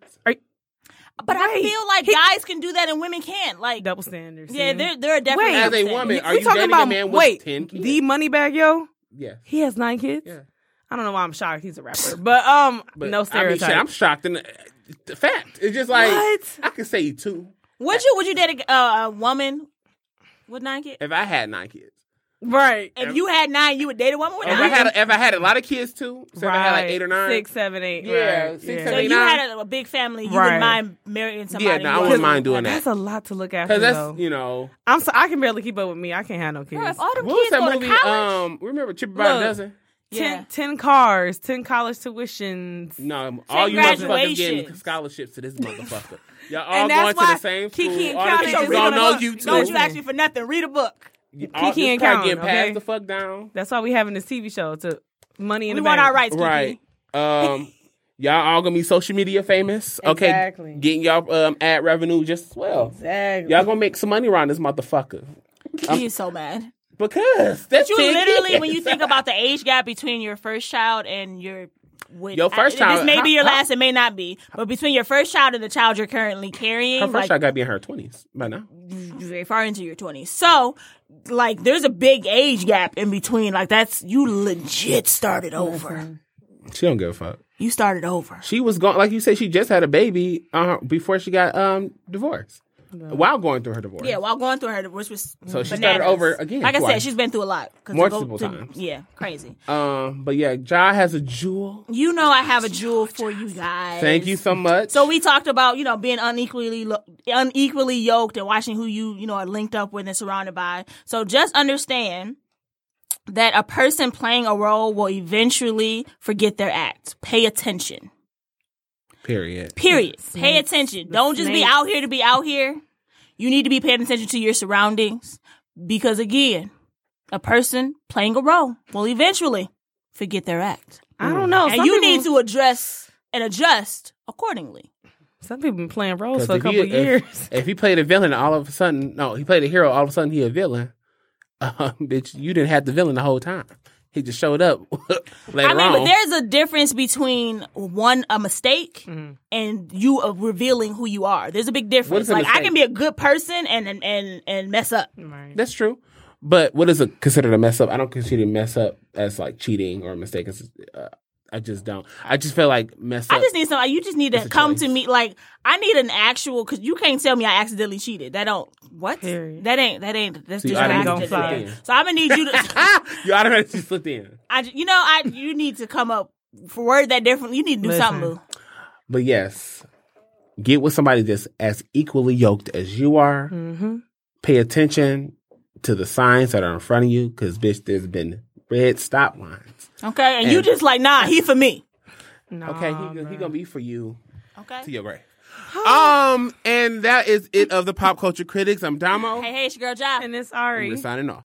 [SPEAKER 3] But I feel like guys can do that and women can't. Like,
[SPEAKER 4] Double standards.
[SPEAKER 3] yeah,
[SPEAKER 4] see?
[SPEAKER 3] there there are definitely
[SPEAKER 4] Wait.
[SPEAKER 2] As a
[SPEAKER 3] upset.
[SPEAKER 2] woman, are
[SPEAKER 4] We
[SPEAKER 2] you
[SPEAKER 4] talking
[SPEAKER 2] dating
[SPEAKER 4] about
[SPEAKER 2] a man with
[SPEAKER 4] wait,
[SPEAKER 2] ten kids?
[SPEAKER 4] the money bag yo.
[SPEAKER 2] yes.
[SPEAKER 4] He has nine kids.
[SPEAKER 2] Yeah.
[SPEAKER 4] I don't know why I'm shocked. He's a rapper, but um,
[SPEAKER 2] But, I
[SPEAKER 4] no
[SPEAKER 2] mean,
[SPEAKER 4] stereotype.
[SPEAKER 2] shit, I'm shocked. And the fact, it's just like
[SPEAKER 4] What?
[SPEAKER 2] I could say two
[SPEAKER 3] Would you would you date a, uh, a woman with nine kids?
[SPEAKER 2] if I had nine kids.
[SPEAKER 4] right.
[SPEAKER 3] If you had nine, you would date a woman with
[SPEAKER 2] If
[SPEAKER 3] nine.
[SPEAKER 2] I had, a, if I had a lot of kids too, so if I had like
[SPEAKER 4] Right.
[SPEAKER 2] eight or nine,
[SPEAKER 4] Six, seven, eight.
[SPEAKER 2] Yeah,
[SPEAKER 4] right.
[SPEAKER 2] six,
[SPEAKER 4] yeah.
[SPEAKER 3] so
[SPEAKER 2] seven,
[SPEAKER 3] you had a, a big family. You
[SPEAKER 4] Right.
[SPEAKER 3] wouldn't mind marrying somebody.
[SPEAKER 2] Yeah, no, I
[SPEAKER 3] who
[SPEAKER 2] wouldn't
[SPEAKER 3] was-
[SPEAKER 2] mind doing that.
[SPEAKER 4] That's a lot to look after.
[SPEAKER 2] Because
[SPEAKER 4] though.
[SPEAKER 2] that's you know
[SPEAKER 4] I'm so I can barely keep up with me. I can't have no kids.
[SPEAKER 3] Bro, if all them
[SPEAKER 2] what was
[SPEAKER 3] kids
[SPEAKER 2] that
[SPEAKER 3] go
[SPEAKER 2] movie?
[SPEAKER 3] to college,
[SPEAKER 2] Um, remember Chip about
[SPEAKER 4] Look.
[SPEAKER 2] a dozen?
[SPEAKER 3] yeah.
[SPEAKER 4] ten, 10 cars, ten college tuitions.
[SPEAKER 2] No, all you motherfuckers getting
[SPEAKER 3] graduations.
[SPEAKER 2] scholarships to this motherfucker. Y'all all
[SPEAKER 4] And that's
[SPEAKER 2] going to
[SPEAKER 4] why
[SPEAKER 2] the same
[SPEAKER 4] Kiki
[SPEAKER 2] school.
[SPEAKER 4] and
[SPEAKER 2] all the
[SPEAKER 4] Calvin
[SPEAKER 2] teachers
[SPEAKER 4] is
[SPEAKER 2] don't
[SPEAKER 4] gonna
[SPEAKER 2] know
[SPEAKER 4] look-
[SPEAKER 2] you too.
[SPEAKER 3] don't you
[SPEAKER 4] act-
[SPEAKER 3] ask me for nothing. Read a book.
[SPEAKER 2] all,
[SPEAKER 4] Kiki
[SPEAKER 2] this part
[SPEAKER 4] and Calvin,
[SPEAKER 2] getting passed
[SPEAKER 4] okay?
[SPEAKER 2] the fuck down.
[SPEAKER 4] That's why we having this TV show to money in
[SPEAKER 3] We
[SPEAKER 4] the
[SPEAKER 3] want
[SPEAKER 4] bank.
[SPEAKER 3] our rights, Kiki.
[SPEAKER 2] Right. Um, y'all all gonna be social media famous. Okay,
[SPEAKER 4] Exactly.
[SPEAKER 2] getting y'all um, ad revenue just as well.
[SPEAKER 4] Exactly.
[SPEAKER 2] Y'all gonna make some money around this motherfucker
[SPEAKER 3] He is so mad.
[SPEAKER 2] because that's
[SPEAKER 3] You
[SPEAKER 2] 10
[SPEAKER 3] literally,
[SPEAKER 2] kids.
[SPEAKER 3] when you think about the age gap between your first child and your with,
[SPEAKER 2] Your first
[SPEAKER 3] I-
[SPEAKER 2] child-
[SPEAKER 3] this may be your
[SPEAKER 2] how-
[SPEAKER 3] last, it may not be, but between your first child and the child you're currently carrying,
[SPEAKER 2] Her first
[SPEAKER 3] like
[SPEAKER 2] shot gotta be in her twenties by now.
[SPEAKER 3] very far into your 20s. So, like, there's a big age gap in between. Like, that's, you legit started over.
[SPEAKER 2] She don't give a fuck.
[SPEAKER 3] You started over.
[SPEAKER 2] She was going like you said. She just had a baby uh, before she got um divorced. while going through her divorce.
[SPEAKER 3] Yeah, while going through her, which was
[SPEAKER 2] So she started
[SPEAKER 3] bananas.
[SPEAKER 2] over again,
[SPEAKER 3] Like I said,
[SPEAKER 2] twice.
[SPEAKER 3] she's been through a lot. 'Cause to
[SPEAKER 2] Multiple
[SPEAKER 3] to-
[SPEAKER 2] times.
[SPEAKER 3] Yeah, crazy.
[SPEAKER 2] Um, but yeah, Ja has a jewel.
[SPEAKER 3] You know, I have a jewel for you guys.
[SPEAKER 2] Thank you so much.
[SPEAKER 3] So we talked about you know being unequally lo- unequally yoked and watching who you you know are linked up with and surrounded by. So just understand that a person playing a role will eventually forget their act. Pay attention.
[SPEAKER 2] period.
[SPEAKER 3] Period. Pay attention. Don't just be
[SPEAKER 4] snake.
[SPEAKER 3] out here to be out here. You need to be paying attention to your surroundings because again, a person playing a role will eventually forget their act.
[SPEAKER 4] I don't know.
[SPEAKER 3] And you need to address and adjust accordingly.
[SPEAKER 4] Some people been playing roles
[SPEAKER 2] 'Cause
[SPEAKER 4] for a
[SPEAKER 2] if
[SPEAKER 4] couple
[SPEAKER 2] he,
[SPEAKER 4] years.
[SPEAKER 2] If, if he played a villain, all of a sudden, no, he played a hero. All of a sudden, he a villain. Um, bitch, you didn't have the villain the whole time. He just showed up later
[SPEAKER 3] I mean,
[SPEAKER 2] on.
[SPEAKER 3] but there's a difference between one a mistake
[SPEAKER 4] Mm-hmm.
[SPEAKER 3] and you uh, revealing who you are. There's a big difference.
[SPEAKER 2] a
[SPEAKER 3] like I
[SPEAKER 2] mistake?
[SPEAKER 3] can be a good person and and and, and mess up.
[SPEAKER 4] right.
[SPEAKER 2] That's true. But what is a, considered a mess up? I don't consider mess up as like cheating or a mistake. It's, Uh, I just don't. I just feel like mess up.
[SPEAKER 3] I just need somebody. You just need
[SPEAKER 2] That's
[SPEAKER 3] to
[SPEAKER 2] a
[SPEAKER 3] come
[SPEAKER 2] choice.
[SPEAKER 3] to me. Like I need an actual because you can't tell me I accidentally cheated. That don't what?
[SPEAKER 4] Period.
[SPEAKER 3] That ain't that ain't that's
[SPEAKER 2] So you
[SPEAKER 3] just an
[SPEAKER 2] automatically
[SPEAKER 3] accident.
[SPEAKER 2] slip in.
[SPEAKER 3] So I'm gonna need you to.
[SPEAKER 2] ah, you automatically slipped in.
[SPEAKER 3] I ju- you know I you need to come up for word that differently. You need to do
[SPEAKER 4] Listen.
[SPEAKER 3] something. Lou.
[SPEAKER 2] But yes, get with somebody that's as equally yoked as you are.
[SPEAKER 4] Mm-hmm.
[SPEAKER 2] Pay attention to the signs that are in front of you, because bitch, there's been red stop lines.
[SPEAKER 3] Okay, and, you
[SPEAKER 2] And-
[SPEAKER 3] just like nah, he for me.
[SPEAKER 4] Nah,
[SPEAKER 2] Okay, he, he
[SPEAKER 4] bruh.
[SPEAKER 2] gonna be for you
[SPEAKER 3] Okay.
[SPEAKER 2] to your grave. um, and that is it of the pop culture critics. I'm Damo.
[SPEAKER 3] Hey hey, it's your girl Job.
[SPEAKER 4] And it's
[SPEAKER 2] We're
[SPEAKER 4] Ari.
[SPEAKER 2] signing off.